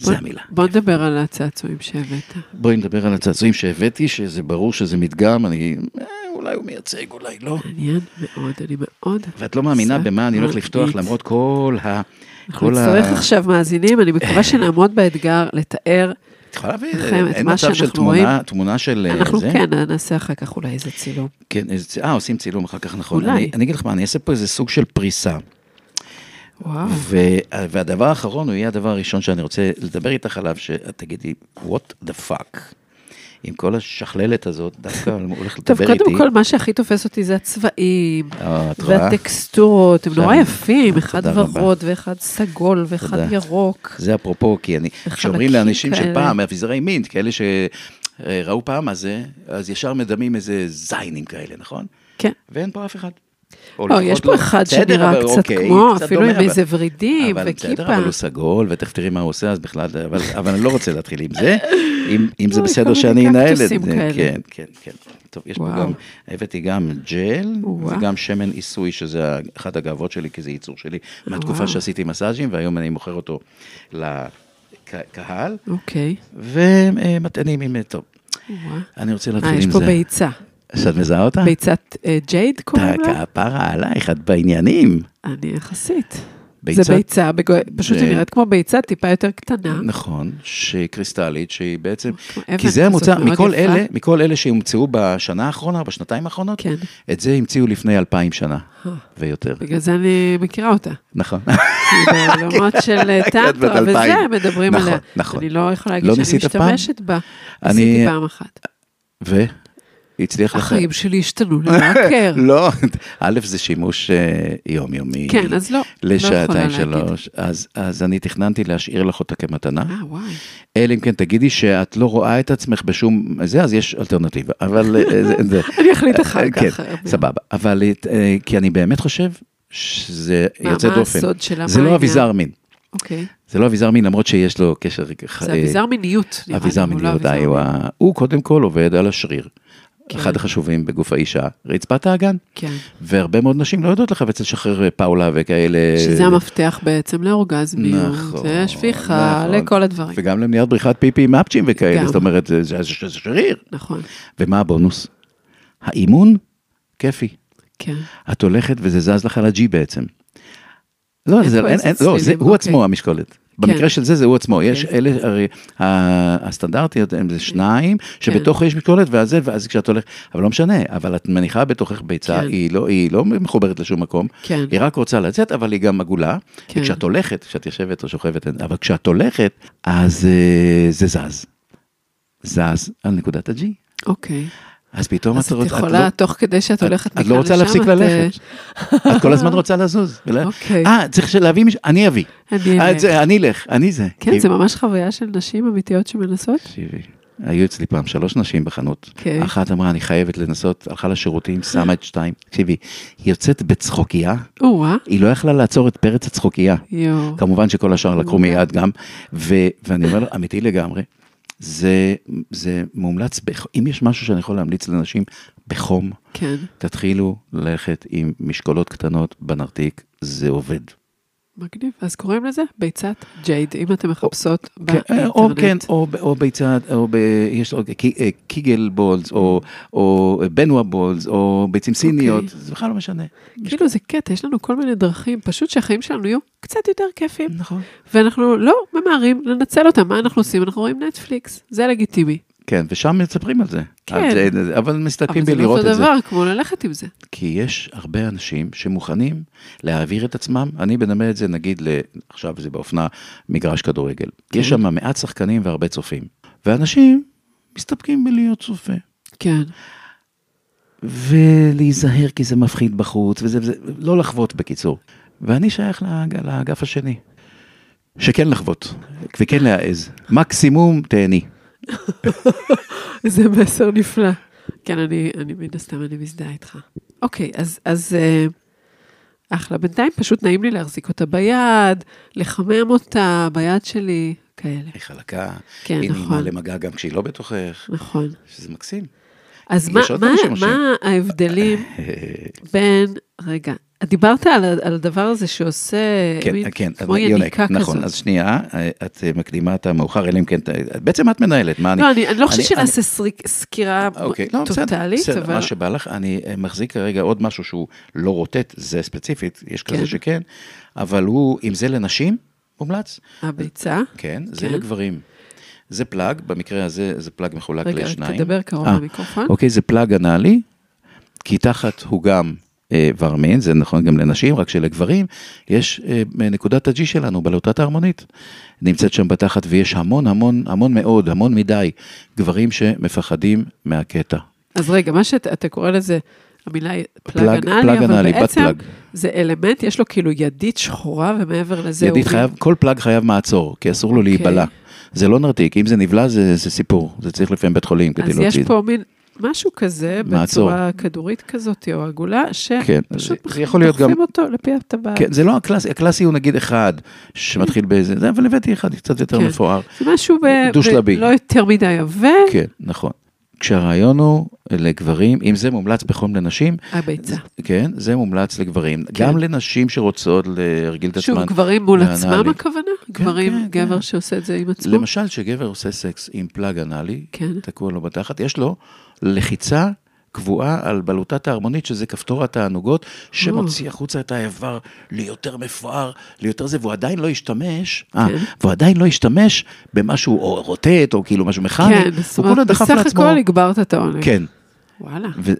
A: בוא-
B: זה המילה.
A: בוא נדבר על הצעצועים שהבאת.
B: בואי נדבר על הצעצועים שהבאתי, שזה ברור שזה מדגם, אני, אה, אולי הוא מייצג, אולי לא.
A: מעניין מאוד, אני מאוד...
B: ואת לא מאמינה במה אני הולך לפתוח,
A: סקרנית.
B: למרות כל ה...
A: אנחנו
B: כל ה- אה.
A: נצטרך עכשיו מאזינים, אני מקווה שנעמוד באתגר לתאר.
B: את יכולה להביא,
A: לכם את
B: אין
A: מה
B: מצב של
A: שאנחנו
B: תמונה-
A: רואים.
B: תמונה של אה,
A: אנחנו
B: זה?
A: כן, נעשה אחר כך אולי איזה צילום.
B: כן, איזה צי- אה, עושים צילום אחר כך, נכון.
A: אולי. אה.
B: אני, אני אגיד לך מה, אני אעשה פה איזה סוג של פריסה.
A: וואו.
B: ו, אה, והדבר האחרון הוא יהיה הדבר הראשון שאני רוצה לדבר איתך עליו, שאת תגידי, what the fuck. עם כל השכללת הזאת, דווקא הולך לדבר
A: טוב,
B: איתי.
A: קודם כל, מה שהכי תופס אותי זה הצבעים,
B: אה, את רואה?
A: והטקסטורות, הם
B: שם.
A: נורא יפים, אחד
B: כן. תודה רבה.
A: ורוד ואחד סגול ואחד
B: תודה.
A: ירוק.
B: זה אפרופו, כי אני, כשאומרים
A: חלקים
B: לאנשים
A: כאלה.
B: של פעם, אביזרי מינט, כאלה שראו פעם מה זה, אז ישר מדמים איזה זיינים כאלה, נכון?
A: כן.
B: ואין פה אף אחד. או
A: לא,
B: לפחות
A: יש פה אחד
B: בסדר,
A: שנראה
B: אבל
A: קצת
B: אוקיי,
A: כמו,
B: קצת
A: אפילו
B: דומה,
A: עם
B: אבל-
A: איזה ורידים
B: אבל
A: וכיפה.
B: בסדר, אבל הוא סגול, ותכף תראי מה הוא עושה, אז בכלל, אבל, אבל אני לא רוצה להתחיל עם זה, אם, אם זה
A: אוי,
B: בסדר
A: לא, כל מיני
B: שאני אנהל את זה.
A: קקטוסים כאלה.
B: כן, כן, כן. טוב, יש
A: וואו.
B: פה גם, הבאתי גם ג'ל,
A: וואו.
B: וגם שמן עיסוי, שזה אחת הגאוות שלי, כי זה ייצור שלי
A: וואו.
B: מהתקופה שעשיתי מסאז'ים, והיום אני מוכר אותו לקהל,
A: אוקיי.
B: ומטענים עם... טוב,
A: וואו.
B: אני רוצה
A: אה,
B: להתחיל
A: יש
B: עם
A: פה
B: זה.
A: ביצה.
B: שאת מזהה אותה?
A: ביצת אה, ג'ייד קוראים לה?
B: כפרה עלייך, את בעניינים.
A: אני יחסית.
B: ביצת-
A: זה ביצה, בגו- פשוט זה
B: זה-
A: נראית כמו ביצה טיפה יותר קטנה.
B: נכון, שהיא קריסטלית, שהיא בעצם,
A: כמו אבן
B: כי זה המוצא,
A: כזאת מאוד
B: מכל
A: יפה.
B: אלה, מכל אלה שהומצאו בשנה האחרונה, או בשנתיים האחרונות,
A: כן.
B: את זה המציאו לפני אלפיים שנה
A: אה.
B: ויותר.
A: בגלל זה אני מכירה אותה.
B: נכון.
A: כי בעולמות של אה,
B: כן. את
A: טנטו,
B: בת
A: וזה
B: אלפיים.
A: הם מדברים
B: נכון,
A: עליה.
B: נכון.
A: אני לא יכולה
B: לא
A: להגיד שאני
B: ניסית אף פעם?
A: משתמשת בה.
B: אני-
A: ניסיתי פעם אחת.
B: והצליח לך...
A: החיים שלי השתנו למאקר.
B: לא, א', זה שימוש אה, יומיומי.
A: כן, אז לא, לא יכולה
B: לשעתיים
A: להגיד.
B: שלוש. אז- אז אני תכננתי להשאיר לך אותה כמתנה.
A: אה, וואי.
B: אלא אם כן תגידי שאת לא רואה את עצמך בשום זה, אז יש אלטרנטיבה. אבל אה, זה... זה-
A: אני אחליט אחר כך. אה,
B: כן, סבבה. אבל אה, כי אני אה, באמת חושב שזה
A: מה-
B: יוצא
A: מה
B: דופן.
A: הסוד שלה?
B: זה
A: מה
B: לא
A: העניין?
B: אביזר מין.
A: אוקיי.
B: זה לא אביזר מין, למרות שיש לו קשר... אה,
A: זה אביזר מיניות, נראה לי.
B: אביזר
A: הוא לא
B: מיניות,
A: אביזר מין.
B: איווה. הוא קודם כל עובד על השריר.
A: כן.
B: אחד החשובים בגוף האישה, רצפת האגן.
A: כן.
B: והרבה מאוד נשים לא יודעות לכווץ לשחרר פאולה וכאלה.
A: שזה המפתח בעצם לאורגזמיות,
B: אה, נכון,
A: לשפיכה,
B: נכון.
A: לכל הדברים.
B: וגם למניעת בריחת פיפי עם אפצ'ים
A: גם.
B: וכאלה, זאת אומרת, זה- זה זה- זה שריר.
A: נכון,
B: ומה הבונוס? האימון, כיפי.
A: כן.
B: את הולכת וזה זז לך על הג'י בעצם. לא,
A: איפה
B: זה, אין,
A: איזה
B: אין, לא זה,
A: צלילים?
B: הוא
A: אוקיי. כן.
B: עצמו המשקולת. במקרה של זה, זה הוא עצמו. יש אלה, הרי ה- הסטנדרטיות הם זה שניים,
A: כן.
B: שבתוכו יש משקולת, ואז זה, ואז כשאת הולכת, אבל לא משנה, אבל את מניחה בתוכך ביצה,
A: כן.
B: היא, לא, היא לא מחוברת לשום מקום,
A: כן.
B: היא רק רוצה לצאת, אבל היא גם עגולה.
A: כן.
B: וכשאת הולכת, כשאת יושבת או שוכבת, אין- אבל כשאת הולכת, אז אה, זה זז. זז על נקודת הג'י.
A: אוקיי.
B: אז פתאום
A: אז
B: את
A: את
B: לא רוצה...
A: יכולה, תוך כדי שאת הולכת מכאן לשם,
B: את לא רוצה להפסיק
A: את, אה,
B: ללכת. את כל הזמן רוצה לזוז. ולה-
A: אוקיי.
B: אה, צריך של- להביא מישהו, אני אביא.
A: אני
B: אה,
A: אלך.
B: זה- אני אלך, אני זה.
A: כן, זה ממש חוויה של נשים אמיתיות שמנסות?
B: תקשיבי, היו אצלי פעם שלוש נשים בחנות.
A: אוקיי.
B: אחת אמרה, אני חייבת לנסות, הלכה לשירותים, שמה את שתיים. תקשיבי, היא יוצאת בצחוקייה,
A: או-אה,
B: היא לא יכלה לעצור את פרץ הצחוקייה.
A: יואו.
B: כמובן שכל השאר לקחו
A: אוקיי.
B: מיד גם, ו- ואני אומר, אמיתי לגמרי, זה, זה מומלץ, בח- אם יש משהו שאני יכול להמליץ לנשים, בחום,
A: כן,
B: תתחילו ללכת עם משקולות קטנות בנרתיק, זה עובד.
A: מגניב. אז קוראים לזה ביצת ג'ייד, אם אתם מחפשות
B: כן, או כן,
A: באינטרנט.
B: או, ב- או ביצה, או ב... יש עוד קי- אה, קיגל בולס, או, או בנואה בולס, או ביצים סיניות,
A: אוקיי.
B: זה בכלל לא משנה.
A: כאילו זה קטע, יש לנו כל מיני דרכים, פשוט שהחיים שלנו יהיו קצת יותר כיפים.
B: נכון.
A: ואנחנו לא ממהרים לנצל אותם, מה אנחנו עושים? אנחנו רואים נטפליקס, זה לגיטימי.
B: כן, ושם מספרים על זה.
A: כן.
B: על זה- זה- אבל
A: אבל
B: מסתפקים
A: זה לא
B: בלראות
A: אותו
B: את זה.
A: דבר כמו ללכת עם זה.
B: כי יש הרבה אנשים שמוכנים להעביר את עצמם. אני מדמה את זה, נגיד, ל... עכשיו זה באופנה, מגרש כדורגל. יש
A: כן.
B: שם מעט שחקנים והרבה צופים. ואנשים מסתפקים בלהיות צופה.
A: כן,
B: ולהיזהר כי זה מפחיד בחוץ, וזה, וזה לא לחוות בקיצור. ואני שייך לאג, לאגף השני, שכן לחוות, וכן להעז. מקסימום תהני.
A: זה מסר נפלא. כן, אני, אני מן הסתם, אני מזדהה איתך. אוקיי, אז, אז אה, אחלה. בינתיים פשוט נעים לי להחזיק אותה ביד, לחמם אותה ביד שלי, כאלה.
B: היא חלקה,
A: כן,
B: היא נעימה
A: נכון,
B: למגע גם כשהיא לא בתוכך,
A: נכון.
B: שזה מקסים.
A: אז
B: יש
A: מה,
B: עוד
A: מה,
B: אנשים
A: מה ההבדלים
B: אה,
A: בין, רגע, דיברת על, ה- על הדבר הזה שעושה,
B: כן,
A: מין
B: כן,
A: כמו
B: אז
A: יניקה כזאת.
B: נכון, אז שנייה, אה, את אה, מקדימה את המאוחר, אלא אם כן, ת- בעצם את מנהלת, מה אני...
A: לא, אני, אני לא חושבת
B: אני-
A: שנעשה סריק- סקירה
B: אוקיי, לא, בסדר,
A: טוטאלית,
B: בסדר,
A: אבל...
B: מה שבא לך, אני אה, מחזיק כרגע עוד משהו שהוא לא רוטט, זה ספציפית, יש
A: כן.
B: כזה שכן, אבל הוא, אם זה לנשים, מומלץ,
A: הביצה.
B: כן, זה
A: כן.
B: לגברים. זה פלאג, במקרה הזה זה פלאג מחולק
A: רגע,
B: לשניים.
A: תדבר קרוב
B: אה,
A: למיקרופון.
B: אוקיי, זה פלאג אנאלי, כי תחת הוא גם אה, ור מין, זה נכון גם לנשים, רק שלגברים, יש אה, נקודת הג'י שלנו, בלוטת ההרמונית, נמצאת שם בתחת, ויש המון המון המון מאוד, המון מדי, גברים שמפחדים מהקטע.
A: אז רגע, מה שאתה אתה קורא לזה, המילה היא פלאג
B: פלאג- פלאג
A: אנאלי, אבל
B: אנאלי, בת
A: בעצם
B: פלאג.
A: זה אלמנט, יש לו כאילו ידית שחורה, ומעבר לזה הוא...
B: ידית חייב, כל פלאג חייב מעצור, כי אסור לו להיבלע.
A: אוקיי.
B: זה לא נרתיק, אם זה נבלע זה זה סיפור, זה צריך לפעמים בית חולים כדי
A: אז
B: להוציא את
A: יש
B: זה.
A: פה מין משהו כזה,
B: מעצור.
A: בצורה כדורית כזאת, או עגולה,
B: כן,
A: שפשוט
B: זה- זה יכול להיות גם-
A: דוחפים אותו לפי הטבעת.
B: כן, זה לא הקלאסי, הקלאסי הוא נגיד אחד שמתחיל באיזה, זה, אבל הבאתי אחד קצת יותר
A: כן.
B: מפואר.
A: זה משהו ב... ב-
B: דו-שלבי.
A: לא יותר מדי עבה,
B: כן, נכון. כשהרעיון הוא לגברים, אם זה מומלץ בחום לנשים,
A: הביצה.
B: כן, זה מומלץ לגברים. גם לנשים שרוצות להרגיל את
A: כן. שוב,
B: עצמן.
A: גברים מול
B: לאנאלי.
A: עצמם הכוונה? גברים,
B: כן,
A: גבר
B: כן.
A: שעושה את זה עם עצמו?
B: למשל, כשגבר עושה סקס עם פלאג אנאלי,
A: כן.
B: תקוע לו בתחת, יש לו לחיצה קבועה על בלוטת ההרמונית, שזה כפתור התענוגות, שמוציא החוצה את האיבר ליותר מפואר, ליותר זה, והוא עדיין לא השתמש, אה,
A: כן.
B: והוא עדיין לא השתמש במשהו או רוטט, או כאילו משהו מכני,
A: כן, זאת
B: הוא כולה
A: אומרת,
B: דחף
A: בסך
B: לעצמו.
A: הכל הגברת את העונג.
B: כן,
A: וואלה.
B: ו-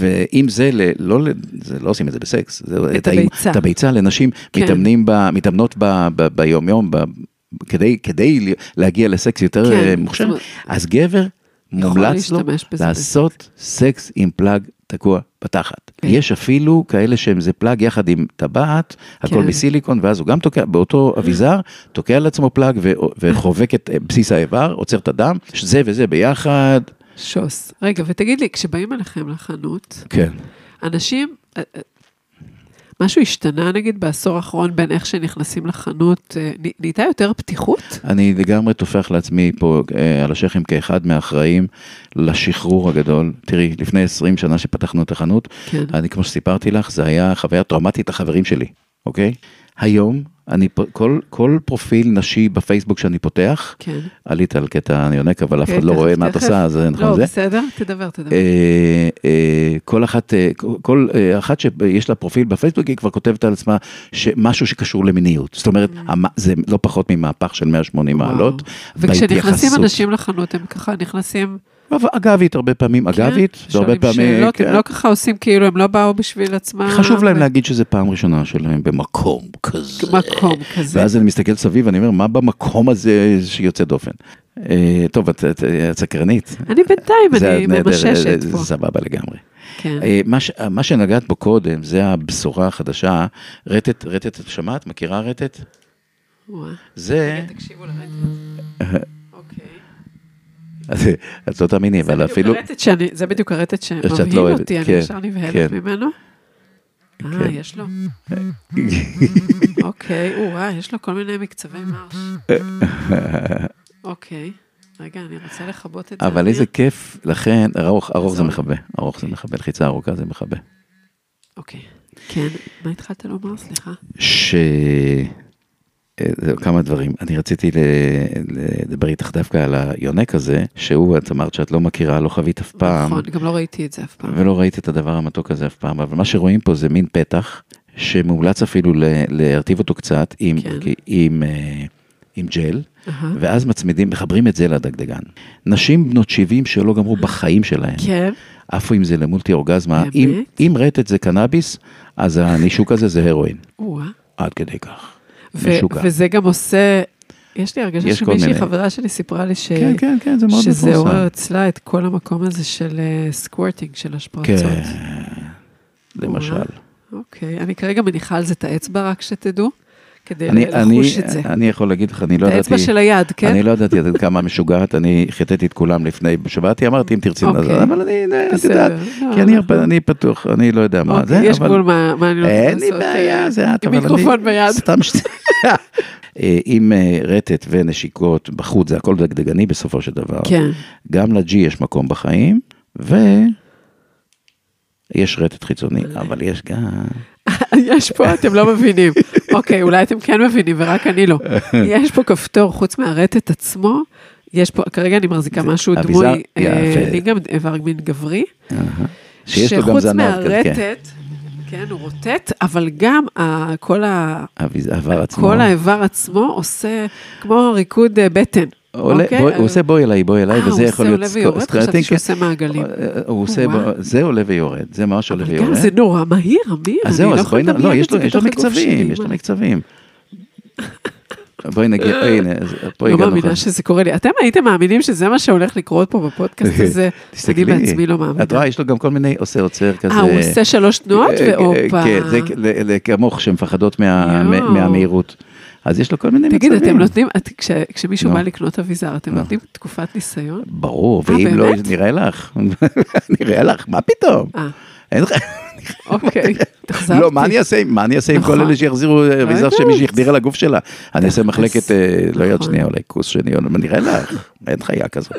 B: ואם זה, ל, לא, ל- זה לא עושים את זה בסקס, זה, את, האימ-
A: הביצה.
B: את הביצה לנשים,
A: כן.
B: כן. מתאמנים ב, מתאמנות ב, ב, ביומיום, ב, כדי, כדי ל- להגיע לסקס יותר
A: כן,
B: אה,
A: זאת
B: מוכשר,
A: אומרת-
B: אז גבר מומלץ לו
A: להשתמש בזה
B: לעשות סקס עם פלאג תקוע בתחת.
A: כן.
B: יש אפילו כאלה שהם זה פלאג יחד עם טבעת, הכל
A: כן. אה.
B: מסיליקון, ואז הוא גם תוקע, באותו אביזר, תוקע על עצמו פלאג ו- וחובק את אה, בסיס האיבר, עוצר את הדם, זה וזה ביחד.
A: שוס. רגע, ותגיד לי, כשבאים אליכם לחנות,
B: כן.
A: אנשים, אה, אה, משהו השתנה נגיד בעשור האחרון בין איך שנכנסים לחנות, אה, נ- נהייתה יותר פתיחות?
B: אני לגמרי טופח לעצמי פה אה, על השכם כאחד מהאחראים לשחרור הגדול. תראי, לפני 20 שנה שפתחנו את החנות,
A: כן.
B: אני, כמו שסיפרתי לך, זה היה חוויה טראומטית לחברים שלי, אוקיי? היום, אני, פ- כל, כל פרופיל נשי בפייסבוק שאני פותח,
A: כן.
B: עלית על קטע הניונק, אבל אף
A: אוקיי,
B: אחד לא
A: תכף,
B: רואה מה את
A: תכף.
B: עושה, אז זה
A: לא,
B: נכון זה.
A: בסדר? תדבר, תדבר.
B: אה, אה, כל אחת, אה, כל אה, אחת שיש לה פרופיל בפייסבוק, היא כבר כותבת על עצמה משהו שקשור למיניות. זאת אומרת, המ- זה לא פחות ממהפך של 180
A: Mm. וואו.
B: מעלות.
A: וכשנכנסים
B: בהתייחסות. לא,
A: אנשים לחנות, הם ככה נכנסים,
B: אבל אגבית הרבה פעמים,
A: כן,
B: אגבית, והרבה
A: שואלים
B: פעמים,
A: שאלות,
B: כן.
A: הם לא ככה עושים כאילו, הם לא באו בשביל עצמם.
B: חשוב להם
A: ו-
B: להגיד שזה פעם ראשונה שלהם במקום כזה.
A: מקום כזה.
B: אה, ואז אני מסתכל סביב, אני אומר, מה במקום הזה שיוצא דופן? אה, טוב, את- את את סקרנית.
A: אני בינתיים,
B: זה-
A: אני
B: זה-
A: ממששת
B: זה-
A: פה.
B: זה סבבה לגמרי.
A: כן.
B: אה, מה, ש- מה שנגעת בו קודם, זה הבשורה החדשה. רטט, רטט, את שמעת? מכירה רטט?
A: וואי.
B: זה,
A: רגע, תקשיבו לרדת.
B: אה,
A: אוקיי.
B: את לא תאמיני,
A: זה
B: אבל
A: בדיוק
B: אפילו,
A: הרטט שאני- זה בדיוק הרטט
B: לא
A: שמבהיל
B: אוהבת,
A: אותי, אני
B: כן,
A: ישר נבהלת
B: כן.
A: ממנו. אה,
B: כן.
A: יש לו. אוקיי, או, וואי, יש לו כל מיני מקצבי מרש. אוקיי. רגע, אני רוצה לכבות את זה.
B: אבל איזה
A: אדיר.
B: כיף, לכן, ארוך, ארוך זה
A: זהו.
B: מכבה, ארוך זה מכבה, לחיצה ארוכה זה מכבה.
A: אוקיי. כן, מה התחלת לומר? סליחה.
B: ש... אה, זהו, כמה דברים. אני רציתי ל- לדבר איתך דווקא על היונק הזה, שהוא, את אמרת שאת לא מכירה, לא חווית אף פעם.
A: נכון, גם לא ראיתי את זה אף פעם.
B: ולא ראית את הדבר המתוק הזה אף פעם, אבל מה שרואים פה זה מין פתח, שמומלץ אפילו ל- להרטיב אותו קצת עם,
A: כן. אה?
B: עם, אה, עם ג'ל,
A: אהה.
B: ואז מצמידים, מחברים את זה לדגדגן. נשים בנות 70 שלא גמרו בחיים שלהן,
A: כן,
B: עפו עם זה למולטי אורגזמה,
A: באמת?
B: אם, אם רטט זה קנאביס, אז הנישוק הזה זה הרואין,
A: או-אה.
B: עד כדי כך.
A: אה. ו-
B: משוגע.
A: וזה גם עושה, יש לי הרגשה
B: יש כל
A: שמישהי
B: מיני.
A: חברה שלי סיפרה לי ש...
B: כן, כן, כן, זה מאוד
A: שזה עורר
B: מפורסם.
A: אה, אצלה את כל המקום הזה של אה, סקוורטינג, של השפרצות.
B: כן, למשל.
A: אוקיי, אני כרגע מניחה על זה את האצבע, רק שתדעו, כדי לא
B: אני, אני,
A: לחוש את זה.
B: אני יכול להגיד לך, אני לא
A: את
B: ידעתי...
A: האצבע של היד, כן?
B: אני לא ידעתי עד כמה משוגעת, אני חיטאתי את כולם לפני שבאתי, אמרתי אם תרצי
A: אוקיי.
B: לזה, אבל אני, את
A: בסדר,
B: יודעת,
A: לא,
B: כי
A: אנחנו-
B: אני הרבה- אני פתוח, אני לא יודע מה
A: אוקיי,
B: זה,
A: יש גבול מה מה אני לא רוצה
B: אין
A: לעשות.
B: לי בעיה,
A: אה,
B: זה את,
A: עם
B: אבל אני...
A: מיקרופון ביד.
B: סתם ש... אה, עם אה, רטט ונשיקות בחוץ, זה הכל דגדגני בסופו של דבר.
A: כן,
B: גם לג'י יש מקום בחיים, ו... יש רטט חיצוני, אבל יש גם...
A: יש פה, אתם לא מבינים. אוקיי, אולי אתם כן מבינים ורק אני לא. יש פה כפתור, חוץ מהרטט עצמו, יש פה, כרגע אני מחזיקה משהו
B: אביזר,
A: דמוי, אה,
B: יפה.
A: אני גם איבר מין גברי.
B: שיש לו גם
A: שחוץ
B: זנב, כן, כן.
A: מהרטט, כן, הוא רוטט, אבל גם ה- כל ה-
B: אביז- עבר עצמו.
A: כל האיבר עצמו עושה כמו ריקוד אה, בטן.
B: עולה,
A: אוקיי?
B: בוא, הוא
A: אה,
B: עושה בואי אליי, בואי אליי,
A: אה,
B: וזה יכול להיות
A: הוא עושה עולה ויורד?
B: סקו-
A: חשבתי שהוא
B: סקרטינג,
A: עושה מעגלים.
B: אה, הוא עושה,
A: וואו.
B: בוא- זה עולה ויורד, זה ממש עולה
A: אבל גם
B: ויורד.
A: זה נורא מהיר, אמיר,
B: אז
A: אני
B: זהו,
A: לא
B: אז
A: יכולה
B: בואי, נ-
A: לדמיין
B: לא,
A: את
B: יש
A: זה
B: לו יש לו
A: בתוך הגוף
B: מקצבים,
A: שלי.
B: יש לו מקצבים. בואי נגיע, הנה, אז אה, פה
A: לא
B: הגענו.
A: מאמינה
B: לך.
A: שזה קורה לי. אתם הייתם מאמינים שזה מה שהולך לקרות פה בפודקאסט הזה?
B: תסתכלי.
A: אני בעצמי לא מאמינה.
B: את רואה, יש לו גם כל מיני עושה עוצר כזה.
A: אה, הוא עושה שלוש תנועות
B: אה, אה,
A: והופה.
B: כן, זה כ- ל- ל- כמוך, שמפחדות מה-
A: יואו.
B: מה- מהמהירות. אז יש לו כל מיני מצבים. לא.
A: תגיד, אתם לא- נותנים, את- כש- כשמישהו
B: נו.
A: בא לקנות אביזר, אתם
B: נו.
A: נותנים תקופת ניסיון?
B: ברור,
A: אה,
B: ואם לא,
A: באמת?
B: נראה לך. נראה לך, מה פתאום?
A: אה,
B: אין לך...
A: אוקיי, התאכזבתי.
B: לא, מה אני אעשה, עם- מה אני אעשה עם
A: נכון.
B: כל אלה שיחזירו אה, אביזר
A: יודעת.
B: שמישהי החדירה לגוף שלה? אני אעשה מחלקת, אה, לא יד
A: נכון.
B: שנייה, אולי כוס שני, או- נראה לך, אין חיה כזאת.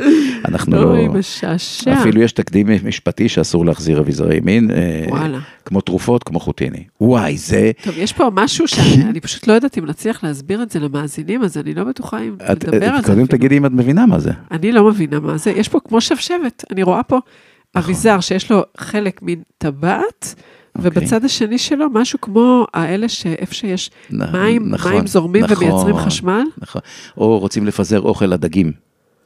B: אנחנו
A: אוי,
B: לא...
A: משעשע.
B: אפילו יש תקדים משפטי שאסור להחזיר אביזרי מין, אה,
A: וואלה.
B: כמו תרופות, כמו חוטיני. וואי, זה...
A: טוב, יש פה משהו שאני פשוט לא יודעת אם נצליח להסביר את זה למאזינים, אז אני לא בטוחה אם
B: את- אה,
A: נדבר על
B: את
A: זה.
B: קודם
A: אפילו.
B: תגידי אם את מבינה מה זה.
A: אני לא מבינה מה זה. יש פה כמו שבשבת, אני רואה פה
B: נכון.
A: אביזר שיש לו חלק מין טבעת,
B: אוקיי.
A: ובצד השני שלו משהו כמו האלה שאיפה שיש
B: נ-
A: מים,
B: נכון,
A: מים זורמים
B: נכון,
A: ומייצרים חשמל.
B: נכון. או רוצים לפזר אוכל לדגים,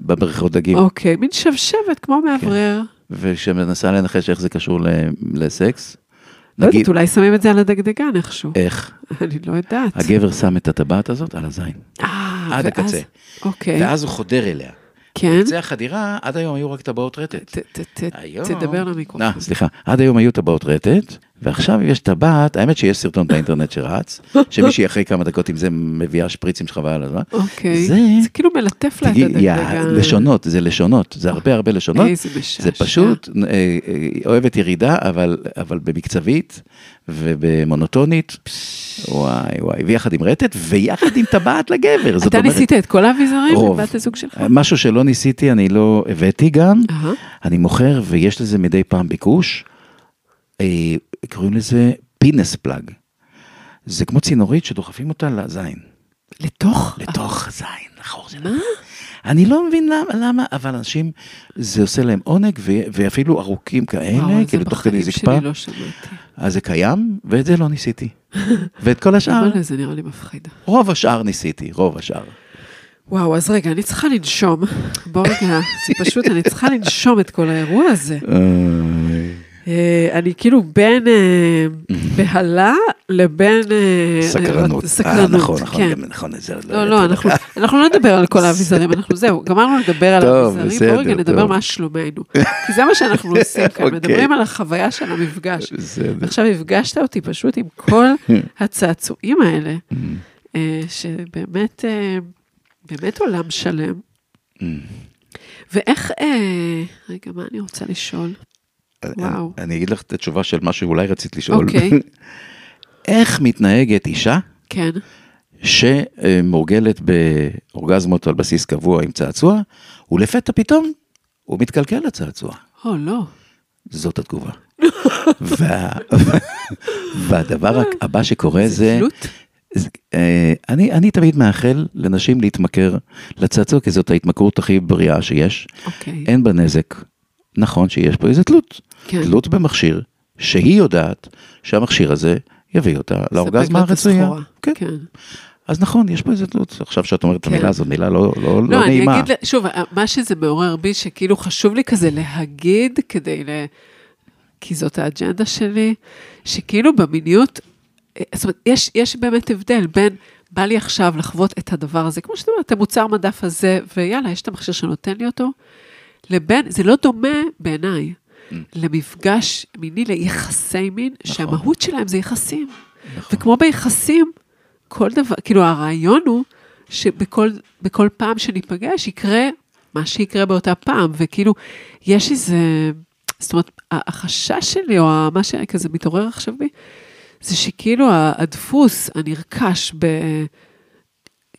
B: בבריכות דגים,
A: אוקיי, מין שבשבת, כמו
B: כן.
A: מאוורר.
B: וכשמנסה לנחש איך זה קשור ל- לסקס,
A: לא
B: נגיד, אה,
A: יודעת, אולי שמים את זה על הדגדגן איכשהו.
B: איך?
A: אני לא יודעת.
B: הגבר שם את הטבעת הזאת על הזין,
A: אה, ואז-
B: עד הקצה.
A: אוקיי,
B: ואז הוא חודר אליה.
A: כן.
B: בקצה החדירה, עד היום היו רק טבעות
A: ת-
B: רטט.
A: ת- ת-
B: היום...
A: תדבר למיקרופון.
B: אה, סליחה. עד היום היו טבעות רטט, ועכשיו יש טבעת, האמת שיש סרטון באינטרנט שרץ, שמישהי אחרי כמה דקות עם זה מביאה שפריצים שלך ועל הזמן.
A: אוקיי.
B: זה,
A: זה כאילו מלטף לה את
B: תגיד, יא,
A: הדגדגה.
B: לשונות, זה לשונות, זה הרבה הרבה לשונות.
A: איזה בשש.
B: זה פשוט, אה, אה, אוהבת ירידה, אבל, אבל במקצבית ובמונוטונית, פס, וואי וואי, ויחד עם רטט, ויחד עם טבעת לגבר, זאת
A: אתה
B: אומרת,
A: ניסית את כל האביזרים?
B: רוב.
A: בת הזוג שלך?
B: אה, משהו שלא ניסיתי, אני לא הבאתי גם,
A: אהה.
B: אני מוכר ויש לזה מדי פעם ביקוש, אה, קוראים לזה פינס פלאג. זה כמו צינורית שדוחפים אותה לזין,
A: לתוך?
B: לתוך הזין, לחור שלה.
A: מה?
B: אני לא מבין למה, למה, אבל אנשים, זה עושה להם עונג, ו- ואפילו ארוכים
A: אה, וואו,
B: כאלה,
A: זה
B: כאילו תוך כדי
A: בחיים
B: זקפה,
A: שלי לא שמעתי.
B: אז זה קיים, ואת זה לא ניסיתי. ואת כל השאר,
A: וואלה, זה נראה לי מפחיד.
B: רוב השאר ניסיתי, רוב השאר.
A: וואו, אז רגע, אני צריכה לנשום. בוא רגע, זה פשוט, אני צריכה לנשום את כל האירוע הזה. אה, אני כאילו בין אה, בהלה לבין... אה,
B: סקרנות.
A: אה,
B: אה,
A: סקרנות,
B: נכון, נכון,
A: כן.
B: גם נכון, את זה
A: לא,
B: יודעת.
A: לא, אנחנו- אנחנו לא נדבר על כל האביזרים, אנחנו זהו, גמרנו לדבר על
B: טוב,
A: האביזרים, בואו רגע
B: בסדר,
A: נדבר
B: טוב.
A: מה שלומנו. כי זה מה שאנחנו עושים כאן,
B: אוקיי.
A: מדברים על החוויה של המפגש.
B: בסדר.
A: עכשיו הפגשת אותי פשוט עם כל הצעצועים האלה,
B: Mm-hmm.
A: אה, שבאמת, אה, באמת עולם שלם.
B: אה,
A: ואיך, אה, רגע, מה אני רוצה לשאול? וואו.
B: אה, אני אגיד לך את התשובה של מה שאולי רצית לשאול.
A: אוקיי.
B: איך מתנהגת אישה
A: כן,
B: שמורגלת באורגזמות על בסיס קבוע עם צעצוע, ולפתע פתאום הוא מתקלקל לצעצוע.
A: או לא,
B: זאת התגובה. וה... והדבר הכ- הבא שקורה
A: אה, זה
B: זה,
A: תלות?
B: זה אה, אני, אני תמיד מאחל לנשים להתמכר לצעצוע, כי זאת ההתמכרות הכי בריאה שיש.
A: אוקיי,
B: אין בה נזק. נכון שיש פה איזה תלות.
A: כן.
B: תלות במכשיר, שהיא יודעת שהמכשיר הזה יביא אותה לאורגזמה
A: לה את
B: הרצויה.
A: הסחורה,
B: כן.
A: כן.
B: אז נכון, יש פה איזה תלות. עכשיו שאת אומרת את
A: כן.
B: המילה הזאת, מילה לא, לא, לא,
A: לא, אני
B: נעימה.
A: אגיד, ל- שוב, מה שזה מעורר בי, שכאילו חשוב לי כזה להגיד, כדי ל... כי זאת האג'נדה שלי, שכאילו במיניות, אה, זאת אומרת, יש, יש באמת הבדל בין, בא לי עכשיו לחוות את הדבר הזה, כמו שאתה אומרת, את המוצר מדף הזה, ויאללה, יש את המכשיר שנותן לי אותו, לבין, זה לא דומה בעיניי. למפגש מיני, ליחסי מין,
B: Mm. נכון.
A: שהמהות שלהם זה יחסים.
B: נכון.
A: וכמו ביחסים, כל דבר, כאילו הרעיון הוא שבכל בכל פעם שניפגש יקרה מה שיקרה באותה פעם, וכאילו יש איזה, זאת אומרת, ה- החשש שלי, או ה- מה שכזה מתעורר עכשיו בי, זה שכאילו ה- הדפוס הנרכש ב...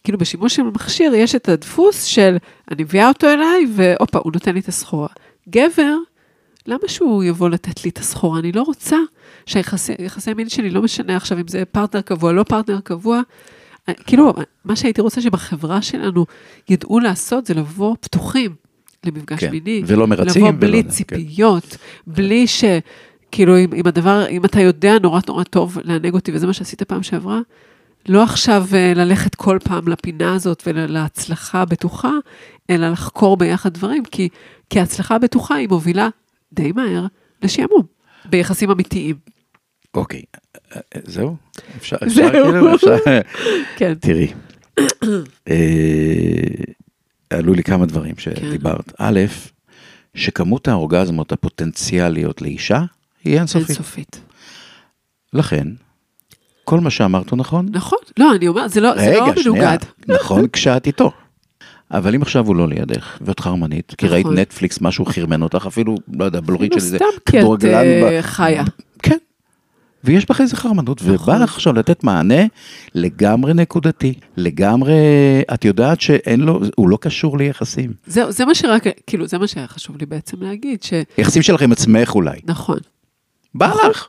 A: כאילו בשימוש של מכשיר יש את הדפוס של אני מביאה אותו אליי והופה, הוא נותן לי את הסחורה. גבר, למה שהוא יבוא לתת לי את הסחורה? אני לא רוצה שהיחסי יחסי מין שלי, לא משנה עכשיו אם זה פרטנר קבוע, לא פרטנר קבוע. אה, כאילו, מה שהייתי רוצה שבחברה שלנו ידעו לעשות זה לבוא פתוחים למפגש
B: כן,
A: מיני.
B: ולא מרצים,
A: לבוא
B: ולא-
A: בלי
B: כן.
A: ציפיות, בלי ש... כאילו, אם, אם הדבר, אם אתה יודע נורא נורא טוב לענג אותי, וזה מה שעשית פעם שעברה, לא עכשיו אה, ללכת כל פעם לפינה הזאת ולהצלחה הבטוחה, אלא לחקור ביחד דברים, כי, כי ההצלחה הבטוחה היא מובילה די מהר לשעמום, ביחסים אמיתיים.
B: אוקיי, אה, אה, זהו? אפשר,
A: זהו.
B: אפשר כאילו? אפשר?
A: כן.
B: תראי, אה, עלו לי כמה
A: כן.
B: דברים שדיברת. א', שכמות האורגזמות הפוטנציאליות לאישה היא אינסופית.
A: אינסופית.
B: לכן, כל מה שאמרת הוא נכון.
A: נכון? לא, אני אומרת, זה לא, זה לא מנוגד.
B: נכון, כשאת איתו. אבל אם עכשיו הוא לא לידך, ואת חרמנית, כי
A: נכון.
B: ראית נטפליקס, משהו חרמן אותך, אפילו, לא יודע, בלורית
A: לא
B: שלי זה
A: סתם כי את
B: כדורגלן.
A: אה,
B: ב-
A: חיה.
B: כן. ויש בך איזה חרמנות, ובא
A: נכון.
B: לך עכשיו לתת מענה לגמרי נקודתי, לגמרי, את יודעת שאין לו, הוא לא קשור ליחסים.
A: זהו, זה מה שרק, כאילו, זה מה שהיה חשוב לי בעצם להגיד, שנכון,
B: יחסים שלך עם עצמך אולי, בא
A: נכון.
B: לך.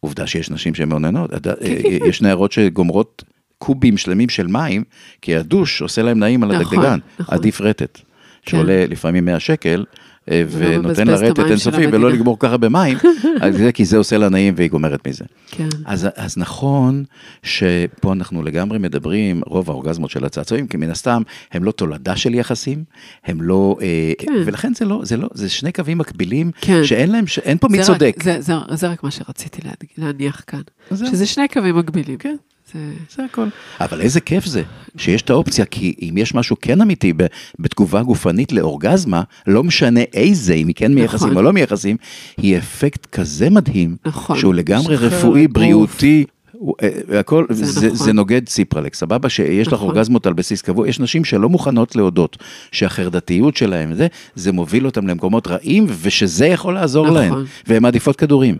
B: עובדה שיש נשים שמעוננות, את יודעת,
A: כן,
B: אה, יש נערות שגומרות קובים שלמים של מים, כי הדוש עושה להם נעים על
A: נכון,
B: הדגדגן,
A: נכון.
B: עדיף רטט, שעולה לפעמים 100 שקל, אה,
A: ולא לא מבזבז
B: ונותן
A: את
B: לה
A: המים
B: רטט
A: של
B: אינסופי,
A: המדינה.
B: ולא לגמור ככה במים, אז זה כי זה עושה לה נעים והיא גומרת מזה.
A: כן.
B: אז, אז נכון שפה אנחנו לגמרי מדברים, רוב האורגזמות של הצעצועים, כי מן הסתם הם לא תולדה של יחסים, הם לא...
A: כן.
B: כן. ולכן זה לא, זה לא, זה שני קווים מקבילים,
A: כן.
B: כן. שאין להם, ש- אין פה
A: זה
B: מי
A: רק-
B: צודק.
A: זה- זה- זה רק מה שרציתי להד- להניח כאן,
B: זהו.
A: שזה שני קווים מקבילים.
B: כן.
A: זה זה...
B: זה הכל. אבל איזה כיף זה, שיש את האופציה, כי אם יש משהו כן אמיתי ב- בתגובה גופנית לאורגזמה, לא משנה איזה, אם היא כן מייחסים
A: נכון.
B: או לא מייחסים, היא אפקט כזה מדהים,
A: נכון.
B: שהוא לגמרי
A: שחרר
B: רפואי,
A: לגוף.
B: בריאותי. הוא- אה, הכל,
A: זה
B: זה, זה,
A: נכון.
B: זה נוגד ציפרלקס, סבבה שיש לך
A: נכון.
B: אורגזמות על בסיס קבוע, יש נשים שלא מוכנות להודות שהחרדתיות שלהם, זה, זה מוביל אותם למקומות רעים ושזה יכול לעזור
A: נכון.
B: להן, והן מעדיפות כדורים.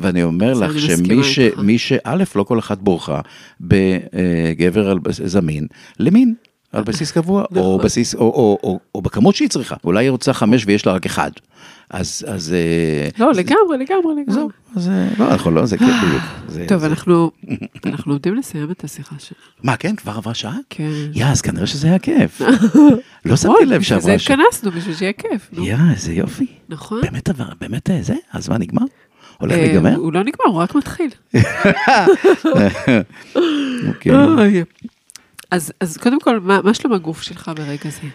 B: ואני אומר
A: זה
B: לך
A: אני
B: שמי
A: מסכימה
B: ש...
A: איתך.
B: מי שא', לא כל אחת בורחה בגבר על בס- זמין למין. על בסיס קבוע, או
A: נכון.
B: בסיס, או, או, או, או בכמות שהיא צריכה. אולי היא רוצה חמש ויש לה רק אחד. אז, אז... אה,
A: לא, לגמרי, לגמרי, לגמרי.
B: זהו, אז... אה, לא, אנחנו לא, זה כאילו... זה-
A: טוב,
B: זה-
A: אנחנו אנחנו עומדים לסיים את השיחה שלנו.
B: מה, כן? כבר עברה שעה?
A: כן.
B: יא, אז כנראה שזה היה כיף. לא שמתי
A: אוי,
B: לב
A: בשביל
B: שעברה
A: נכון, זה
B: שעה.
A: התכנסנו, בשביל שיהיה כיף. נו.
B: יא, איזה יופי.
A: נכון?
B: באמת עבר, באמת אה, זה? הזמן נגמר? הולך
A: אה,
B: להיגמר?
A: הוא לא נגמר, הוא רק מתחיל. אה,
B: אוקיי.
A: אוי. אז אז קודם כל, מה מה שלום הגוף שלך ברגע זה?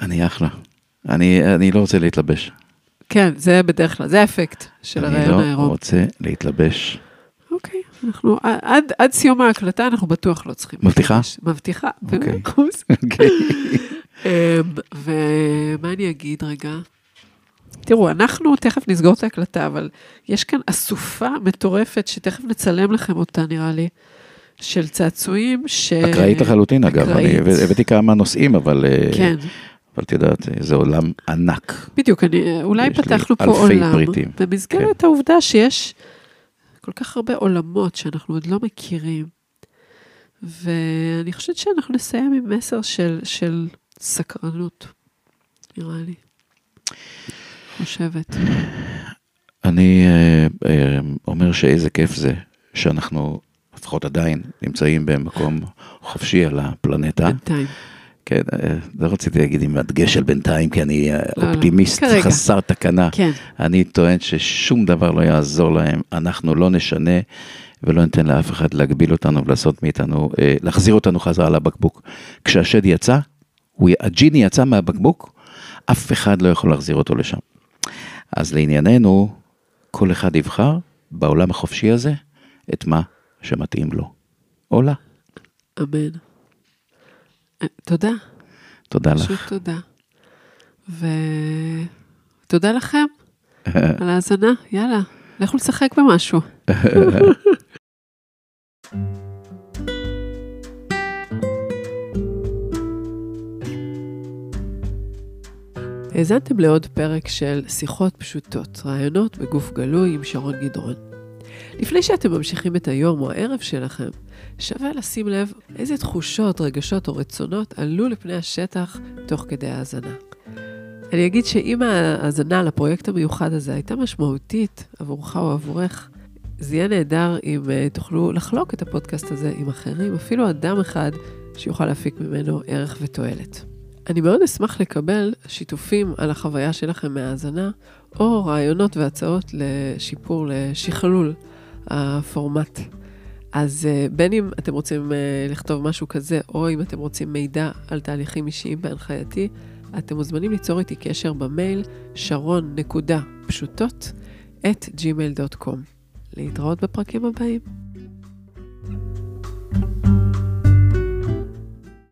B: אני אחלה. אני אני לא רוצה להתלבש.
A: כן, זה בדרך כלל, זה האפקט של הרעיון
B: אני לא
A: העירום.
B: רוצה להתלבש.
A: אוקיי, אנחנו עד- עד סיום ההקלטה אנחנו בטוח לא צריכים.
B: מבטיחה?
A: להתרגש. מבטיחה,
B: אוקיי.
A: במאה אחוז.
B: אוקיי.
A: אמ, ומה אני אגיד רגע? תראו, אנחנו תכף נסגור את ההקלטה, אבל יש כאן אסופה מטורפת שתכף נצלם לכם אותה, נראה לי, של צעצועים ש...
B: אקראית לחלוטין אגב, אני
A: אקראית.
B: הבא- הבאתי כמה נושאים, אבל אה,
A: כן,
B: אבל את יודעת, אה, זה עולם ענק.
A: בדיוק, אני, אולי
B: יש לי
A: פתחנו פה
B: אלפי
A: עולם,
B: פריטים, כן.
A: במסגרת העובדה שיש כל כך הרבה עולמות שאנחנו עוד לא מכירים, ואני חושבת שאנחנו נסיים עם מסר של, של סקרנות, נראה לי. חושבת.
B: אני אה, אה, אומר שאיזה כיף זה שאנחנו לפחות עדיין נמצאים במקום חופשי על הפלנטה.
A: בינתיים.
B: כן, אה, לא רציתי להגיד עם הדגש על בינתיים, כי אני אה,
A: לא, לא.
B: אופטימיסט
A: כרגע.
B: חסר תקנה.
A: כן,
B: אני טוען ששום דבר לא יעזור להם, אנחנו לא נשנה ולא ניתן לאף אחד להגביל אותנו ולעשות מאיתנו, אה, להחזיר אותנו חזרה לבקבוק. כשהשד יצא, הוא, י- הג'יני יצא מהבקבוק, אף אחד לא יכול להחזיר אותו לשם. אז לענייננו, כל אחד יבחר בעולם החופשי הזה את מה שמתאים לו. או לה.
A: אמן. אה, תודה,
B: תודה לך.
A: שוב תודה. ותודה לכם על ההאזנה, יאללה, לכו לשחק במשהו. האזנתם לעוד פרק של שיחות פשוטות, רעיונות בגוף גלוי עם שרון גדרון. לפני שאתם ממשיכים את היום או הערב שלכם, שווה לשים לב איזה תחושות, רגשות או רצונות עלו לפני השטח תוך כדי ההאזנה. אני אגיד שאם ההאזנה לפרויקט המיוחד הזה הייתה משמעותית עבורך או עבורך, זה יהיה נהדר אם אה, תוכלו לחלוק את הפודקאסט הזה עם אחרים, אפילו אדם אחד שיוכל להפיק ממנו ערך ותועלת. אני מאוד אשמח לקבל שיתופים על החוויה שלכם מההאזנה, או רעיונות והצעות לשיפור, לשכלול הפורמט. אז אה, בין אם אתם רוצים אה, לכתוב משהו כזה, או אם אתם רוצים מידע על תהליכים אישיים בהנחייתי, אתם מוזמנים ליצור איתי קשר במייל שרון.פשוטות את gmail.com. להתראות בפרקים הבאים.